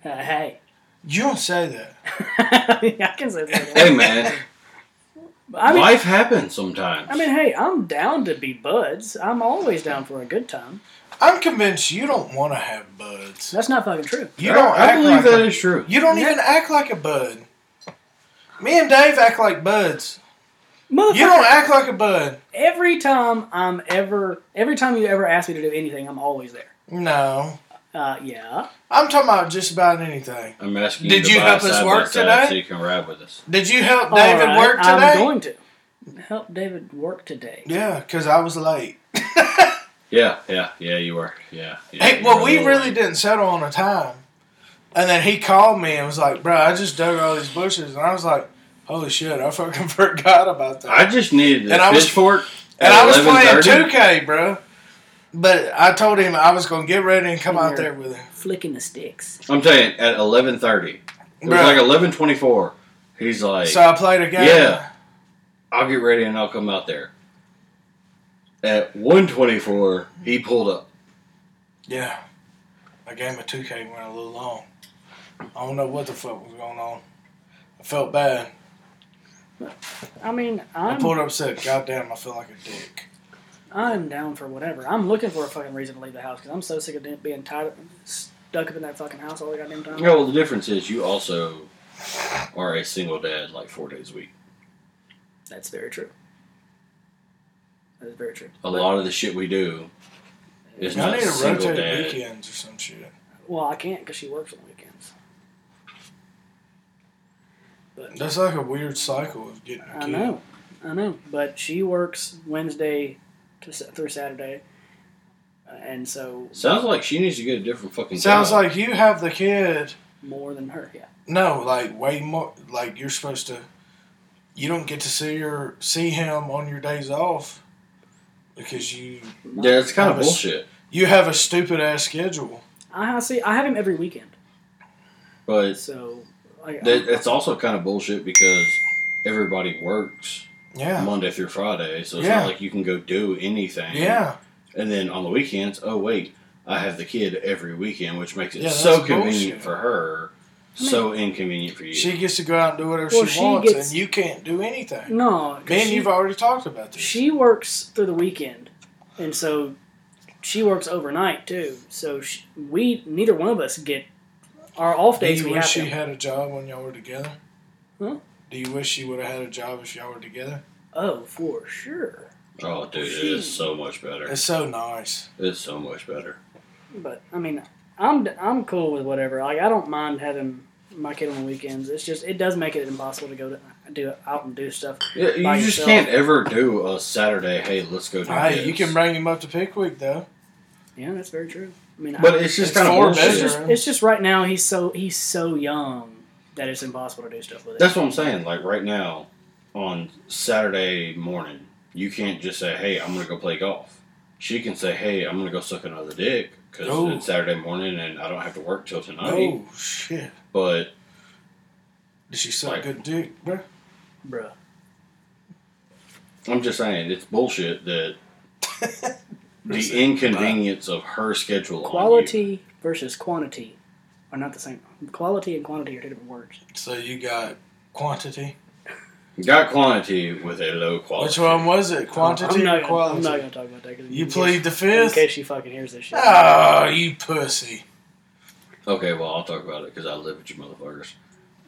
Speaker 1: Uh, hey.
Speaker 2: you don't say that.
Speaker 1: I can say that.
Speaker 3: man,
Speaker 1: But I mean,
Speaker 3: Life happens sometimes.
Speaker 1: I mean, hey, I'm down to be buds. I'm always down for a good time.
Speaker 2: I'm convinced you don't want to have buds.
Speaker 1: That's not fucking true.
Speaker 2: You don't.
Speaker 3: I
Speaker 2: act
Speaker 3: believe
Speaker 2: like
Speaker 3: that
Speaker 2: a-
Speaker 3: is true.
Speaker 2: You don't even act like a bud. Me and Dave act like buds.
Speaker 1: Motherfucker,
Speaker 2: You don't act like a bud.
Speaker 1: every time I'm ever, every time you ever ask me to do anything, I'm always there.
Speaker 2: No,
Speaker 1: Uh, yeah.
Speaker 2: I'm talking about just about anything.
Speaker 3: I'm asking
Speaker 2: Did
Speaker 3: you to
Speaker 2: you
Speaker 3: buy
Speaker 2: help
Speaker 3: a
Speaker 2: us
Speaker 3: side
Speaker 2: work
Speaker 3: by side
Speaker 2: today?
Speaker 3: So you can ride with us.
Speaker 2: Did you help
Speaker 1: All
Speaker 2: David
Speaker 1: right,
Speaker 2: work today?
Speaker 1: I'm going to help David work today.
Speaker 2: yeah, because I was late.
Speaker 3: Yeah, yeah, yeah. You were. Yeah. yeah
Speaker 2: Hey,
Speaker 3: you
Speaker 2: well,
Speaker 3: were
Speaker 2: we
Speaker 3: a little
Speaker 2: really
Speaker 3: late.
Speaker 2: didn't settle on a time. And then he called me and was like, bro, I just dug all these bushes. And I was like, holy shit, I fucking forgot about that.
Speaker 3: I just needed
Speaker 2: And
Speaker 3: a
Speaker 2: I was-
Speaker 3: pitchfork.
Speaker 2: and
Speaker 3: at
Speaker 2: I was playing
Speaker 3: 11:30.
Speaker 2: 2K, bro. But I told him I was going to get ready and come out
Speaker 1: Yeah.
Speaker 2: there with him.
Speaker 1: Flicking the sticks.
Speaker 3: I'm telling you, at 11:30, it was
Speaker 2: Bruh.
Speaker 3: like 11:24. He's like,
Speaker 2: So I played a game.
Speaker 3: Yeah. "I'll get ready and I'll come out there." At 1:24, he pulled up.
Speaker 2: Yeah. My game of 2K went a little long. I don't know what the fuck was going on. I felt bad.
Speaker 1: I mean,
Speaker 2: I
Speaker 1: I'm
Speaker 2: pulled up and said, God damn, I feel like a dick.
Speaker 1: I'm down for whatever. I'm looking for a fucking reason to leave the house because I'm so sick of damn- being tied up, stuck up in that fucking house all the goddamn time.
Speaker 3: Yeah, well, the difference is you also are a single dad like four days a week.
Speaker 1: That's very true. That is very true.
Speaker 3: A lot of the shit we do is
Speaker 2: I
Speaker 3: not
Speaker 2: need to
Speaker 3: single
Speaker 2: rotate
Speaker 3: dad.
Speaker 2: weekends or some shit.
Speaker 1: Well, I can't because she works on weekends.
Speaker 2: That's like a weird cycle of getting a kid.
Speaker 1: I know, I know. But she works Wednesday to, Sa- through Saturday, uh, and so
Speaker 3: Sounds like she needs to get a different fucking.
Speaker 2: Sounds
Speaker 3: job.
Speaker 2: like you have the kid.
Speaker 1: more than her. Yeah,
Speaker 2: No, like way more. Like you're supposed to. You don't get to see her, see him on your days off, because you
Speaker 3: yeah, it's kind of
Speaker 2: I was-
Speaker 3: bullshit.
Speaker 2: you have a stupid ass schedule.
Speaker 1: I see. I have him every weekend,
Speaker 3: But
Speaker 1: so like,
Speaker 3: that, it's also kind of bullshit because everybody works
Speaker 2: Yeah,
Speaker 3: Monday through Friday, so it's
Speaker 2: Yeah.
Speaker 3: not like you can go do anything.
Speaker 2: yeah,
Speaker 3: And then on the weekends, oh wait, I have the kid every weekend, which makes it
Speaker 2: Yeah,
Speaker 3: so
Speaker 2: that's bullshit.
Speaker 3: convenient for her, so inconvenient for you.
Speaker 2: She gets to go out and do whatever
Speaker 1: Well,
Speaker 2: she,
Speaker 1: she
Speaker 2: wants,
Speaker 1: gets-
Speaker 2: and you can't do anything.
Speaker 1: no, 'cause
Speaker 2: Man,
Speaker 1: she-
Speaker 2: you've already talked about this.
Speaker 1: She works through the weekend, and so she works overnight too. So she, we neither one of us get our off
Speaker 2: do
Speaker 1: days.
Speaker 2: you
Speaker 1: We
Speaker 2: wish
Speaker 1: have
Speaker 2: she
Speaker 1: them.
Speaker 2: had a job when y'all were together?
Speaker 1: Huh?
Speaker 2: Do you wish she would have had a job if y'all were together?
Speaker 1: oh, for sure.
Speaker 3: oh, dude, it
Speaker 1: She-
Speaker 3: is so much better.
Speaker 2: It's so nice.
Speaker 3: It's so much better.
Speaker 1: But I mean, I'm I'm cool with whatever. Like I don't mind having my kid on the weekends. It's just it does make it impossible to go to do out and do stuff.
Speaker 3: Yeah, you
Speaker 1: By
Speaker 3: just
Speaker 1: yourself.
Speaker 3: can't ever do a Saturday. Hey, let's go do
Speaker 2: Hey,
Speaker 3: this.
Speaker 2: you can bring him up to Pickwick though.
Speaker 1: Yeah, that's very true. I mean,
Speaker 3: but
Speaker 1: I,
Speaker 3: it's just
Speaker 2: It's
Speaker 3: kind of
Speaker 2: four
Speaker 1: it's
Speaker 3: bullshit.
Speaker 1: just
Speaker 2: bedrooms.
Speaker 1: it's just right now he's so he's so young that it's impossible to do stuff with it.
Speaker 3: That's what I'm saying. Like right now, on Saturday morning, you can't just say, "Hey, I'm gonna go play golf." She can say, "Hey, I'm gonna go suck another dick" because
Speaker 2: No.
Speaker 3: it's Saturday morning and I don't have to work till tonight.
Speaker 2: Oh shit!
Speaker 3: But
Speaker 2: Did she suck
Speaker 3: Like-
Speaker 2: good dick, bro?
Speaker 1: Bruh.
Speaker 3: I'm just saying, it's bullshit that the inconvenience of her schedule on
Speaker 1: Quality versus quantity are not the same. Quality and quantity are two different words.
Speaker 2: So you got quantity.
Speaker 3: you. got quantity with a low quality.
Speaker 2: Which one was it? Quantity
Speaker 1: I'm not
Speaker 2: or
Speaker 1: gonna-
Speaker 2: quality?
Speaker 1: I'm not going to talk about that. 'cause
Speaker 2: you
Speaker 1: in
Speaker 2: plead the
Speaker 1: case, in
Speaker 2: fifth.
Speaker 1: case she fucking hears this shit.
Speaker 2: Oh, you pussy!
Speaker 3: Okay, well, I'll talk about it because I live with you motherfuckers.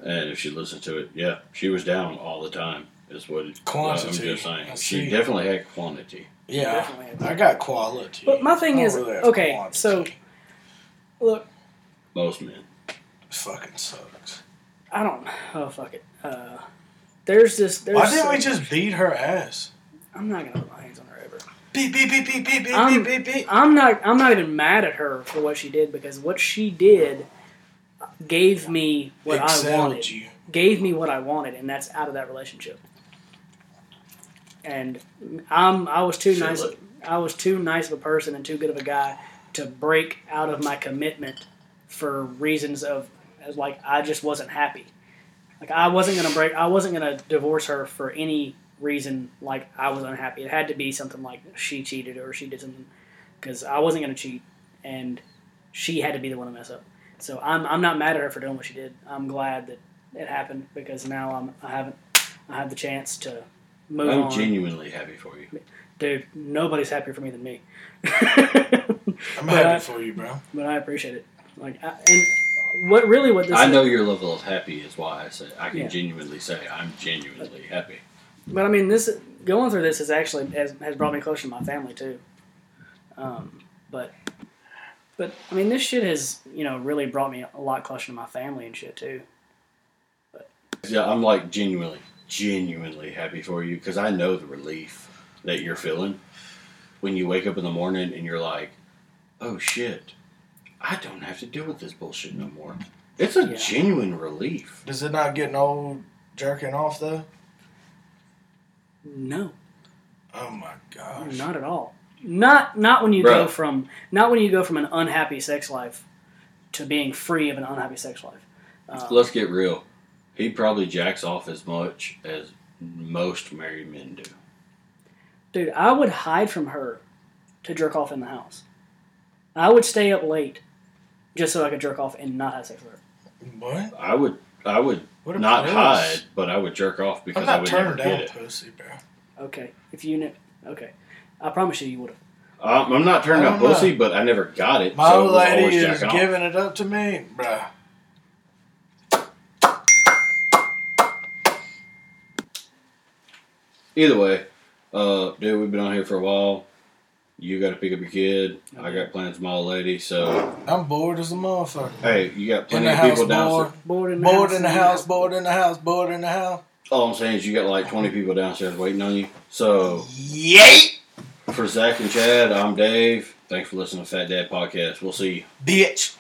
Speaker 3: And if she listened to it, yeah, she was down all the time. Is what it, uh,
Speaker 2: Quantity.
Speaker 3: I'm just saying.
Speaker 2: I
Speaker 3: She
Speaker 2: see.
Speaker 3: definitely had quantity.
Speaker 2: Yeah,
Speaker 1: Definitely.
Speaker 2: I got quality.
Speaker 1: But my thing
Speaker 2: I don't
Speaker 1: is-
Speaker 2: have
Speaker 1: okay, so- Look,
Speaker 3: Most men.
Speaker 2: fucking sucks.
Speaker 1: I don't. Oh fuck it. Uh, there's this. There's
Speaker 2: Why didn't we
Speaker 1: some-
Speaker 2: just beat her ass?
Speaker 1: I'm not gonna put my hands on her ever.
Speaker 2: Beat, beat, beat, beat, beat, beat,
Speaker 1: I'm-
Speaker 2: beat, beat, beat.
Speaker 1: I'm not. I'm not even mad at her for what she did because what she did gave me what I wanted.
Speaker 2: Excelled you.
Speaker 1: gave me what I wanted, and that's out of that relationship. And I'm I was too
Speaker 3: Shit,
Speaker 1: nice.
Speaker 3: look.
Speaker 1: I was too nice of a person and too good of a guy to break out of my commitment for reasons of as like I just wasn't happy. Like I wasn't gonna break. I wasn't gonna divorce her for any reason. Like I was unhappy. It had to be something like she cheated or she did something because I wasn't gonna cheat, and she had to be the one to mess up. So I'm I'm not mad at her for doing what she did. I'm glad that it happened because now I'm I haven't I have the chance to move
Speaker 3: I'm
Speaker 1: on.
Speaker 3: genuinely happy for you.
Speaker 1: Dude, nobody's happier for me than me.
Speaker 2: I'm
Speaker 1: But
Speaker 2: happy
Speaker 1: I-
Speaker 2: for you, bro.
Speaker 1: but I appreciate it. Like, I, and what really what this
Speaker 3: I
Speaker 1: is-
Speaker 3: know your level of happy is why I say I can
Speaker 1: Yeah.
Speaker 3: genuinely say I'm genuinely happy.
Speaker 1: But I mean, this going through this has actually has, has brought me closer to my family too. Um, but but I mean, this shit has you know really brought me a lot closer to my family and shit too.
Speaker 3: Yeah, I'm like genuinely, genuinely happy for you because I know the relief that you're feeling when you wake up in the morning and you're like, oh shit, I don't have to deal with this bullshit no more. It's a
Speaker 1: Yeah.
Speaker 3: genuine relief.
Speaker 2: Does it not getting old jerking off though?
Speaker 1: No,
Speaker 2: Oh my gosh.
Speaker 1: not at all. Not not when you
Speaker 3: Bro.
Speaker 1: go from not when you go from an unhappy sex life to being free of an unhappy sex life. Um,
Speaker 3: Let's get real. He probably jacks off as much as most married men do.
Speaker 1: dude, I would hide from her to jerk off in the house. I would stay up late just so I could jerk off and not have sex with her.
Speaker 2: What?
Speaker 3: I would, I would
Speaker 2: What a
Speaker 3: not
Speaker 2: puss.
Speaker 3: hide, but I would jerk off
Speaker 2: I'm
Speaker 3: because I
Speaker 2: not
Speaker 3: would never
Speaker 2: turning
Speaker 3: get
Speaker 2: down
Speaker 3: it.
Speaker 2: pussy, bro.
Speaker 1: Okay, if you knew. Okay, I promise you, you would have.
Speaker 3: Um, I'm not turning
Speaker 2: I
Speaker 3: down
Speaker 2: don't know.
Speaker 3: pussy, but I never got it.
Speaker 2: My
Speaker 3: so it
Speaker 2: old
Speaker 3: was
Speaker 2: lady
Speaker 3: always
Speaker 2: is
Speaker 3: jacking off.
Speaker 2: giving it up to me, bro.
Speaker 3: Either way, uh, dude, we've been on here for a while. You got to pick up your kid. I got plans with my old lady. So,
Speaker 2: I'm bored as a motherfucker.
Speaker 3: hey, you got
Speaker 2: In
Speaker 3: plenty
Speaker 2: the
Speaker 3: of
Speaker 2: house,
Speaker 3: people downstairs.
Speaker 2: bored.
Speaker 1: Bored in the
Speaker 2: Bored
Speaker 1: house.
Speaker 2: in the house, bored in the house, bored in the house.
Speaker 3: All I'm saying is you got like 20 people downstairs waiting on you. So,
Speaker 2: Yay!
Speaker 3: for Zach and Chad, I'm Dave. Thanks for listening to Fat Dad Podcast. We'll see you.
Speaker 2: Bitch.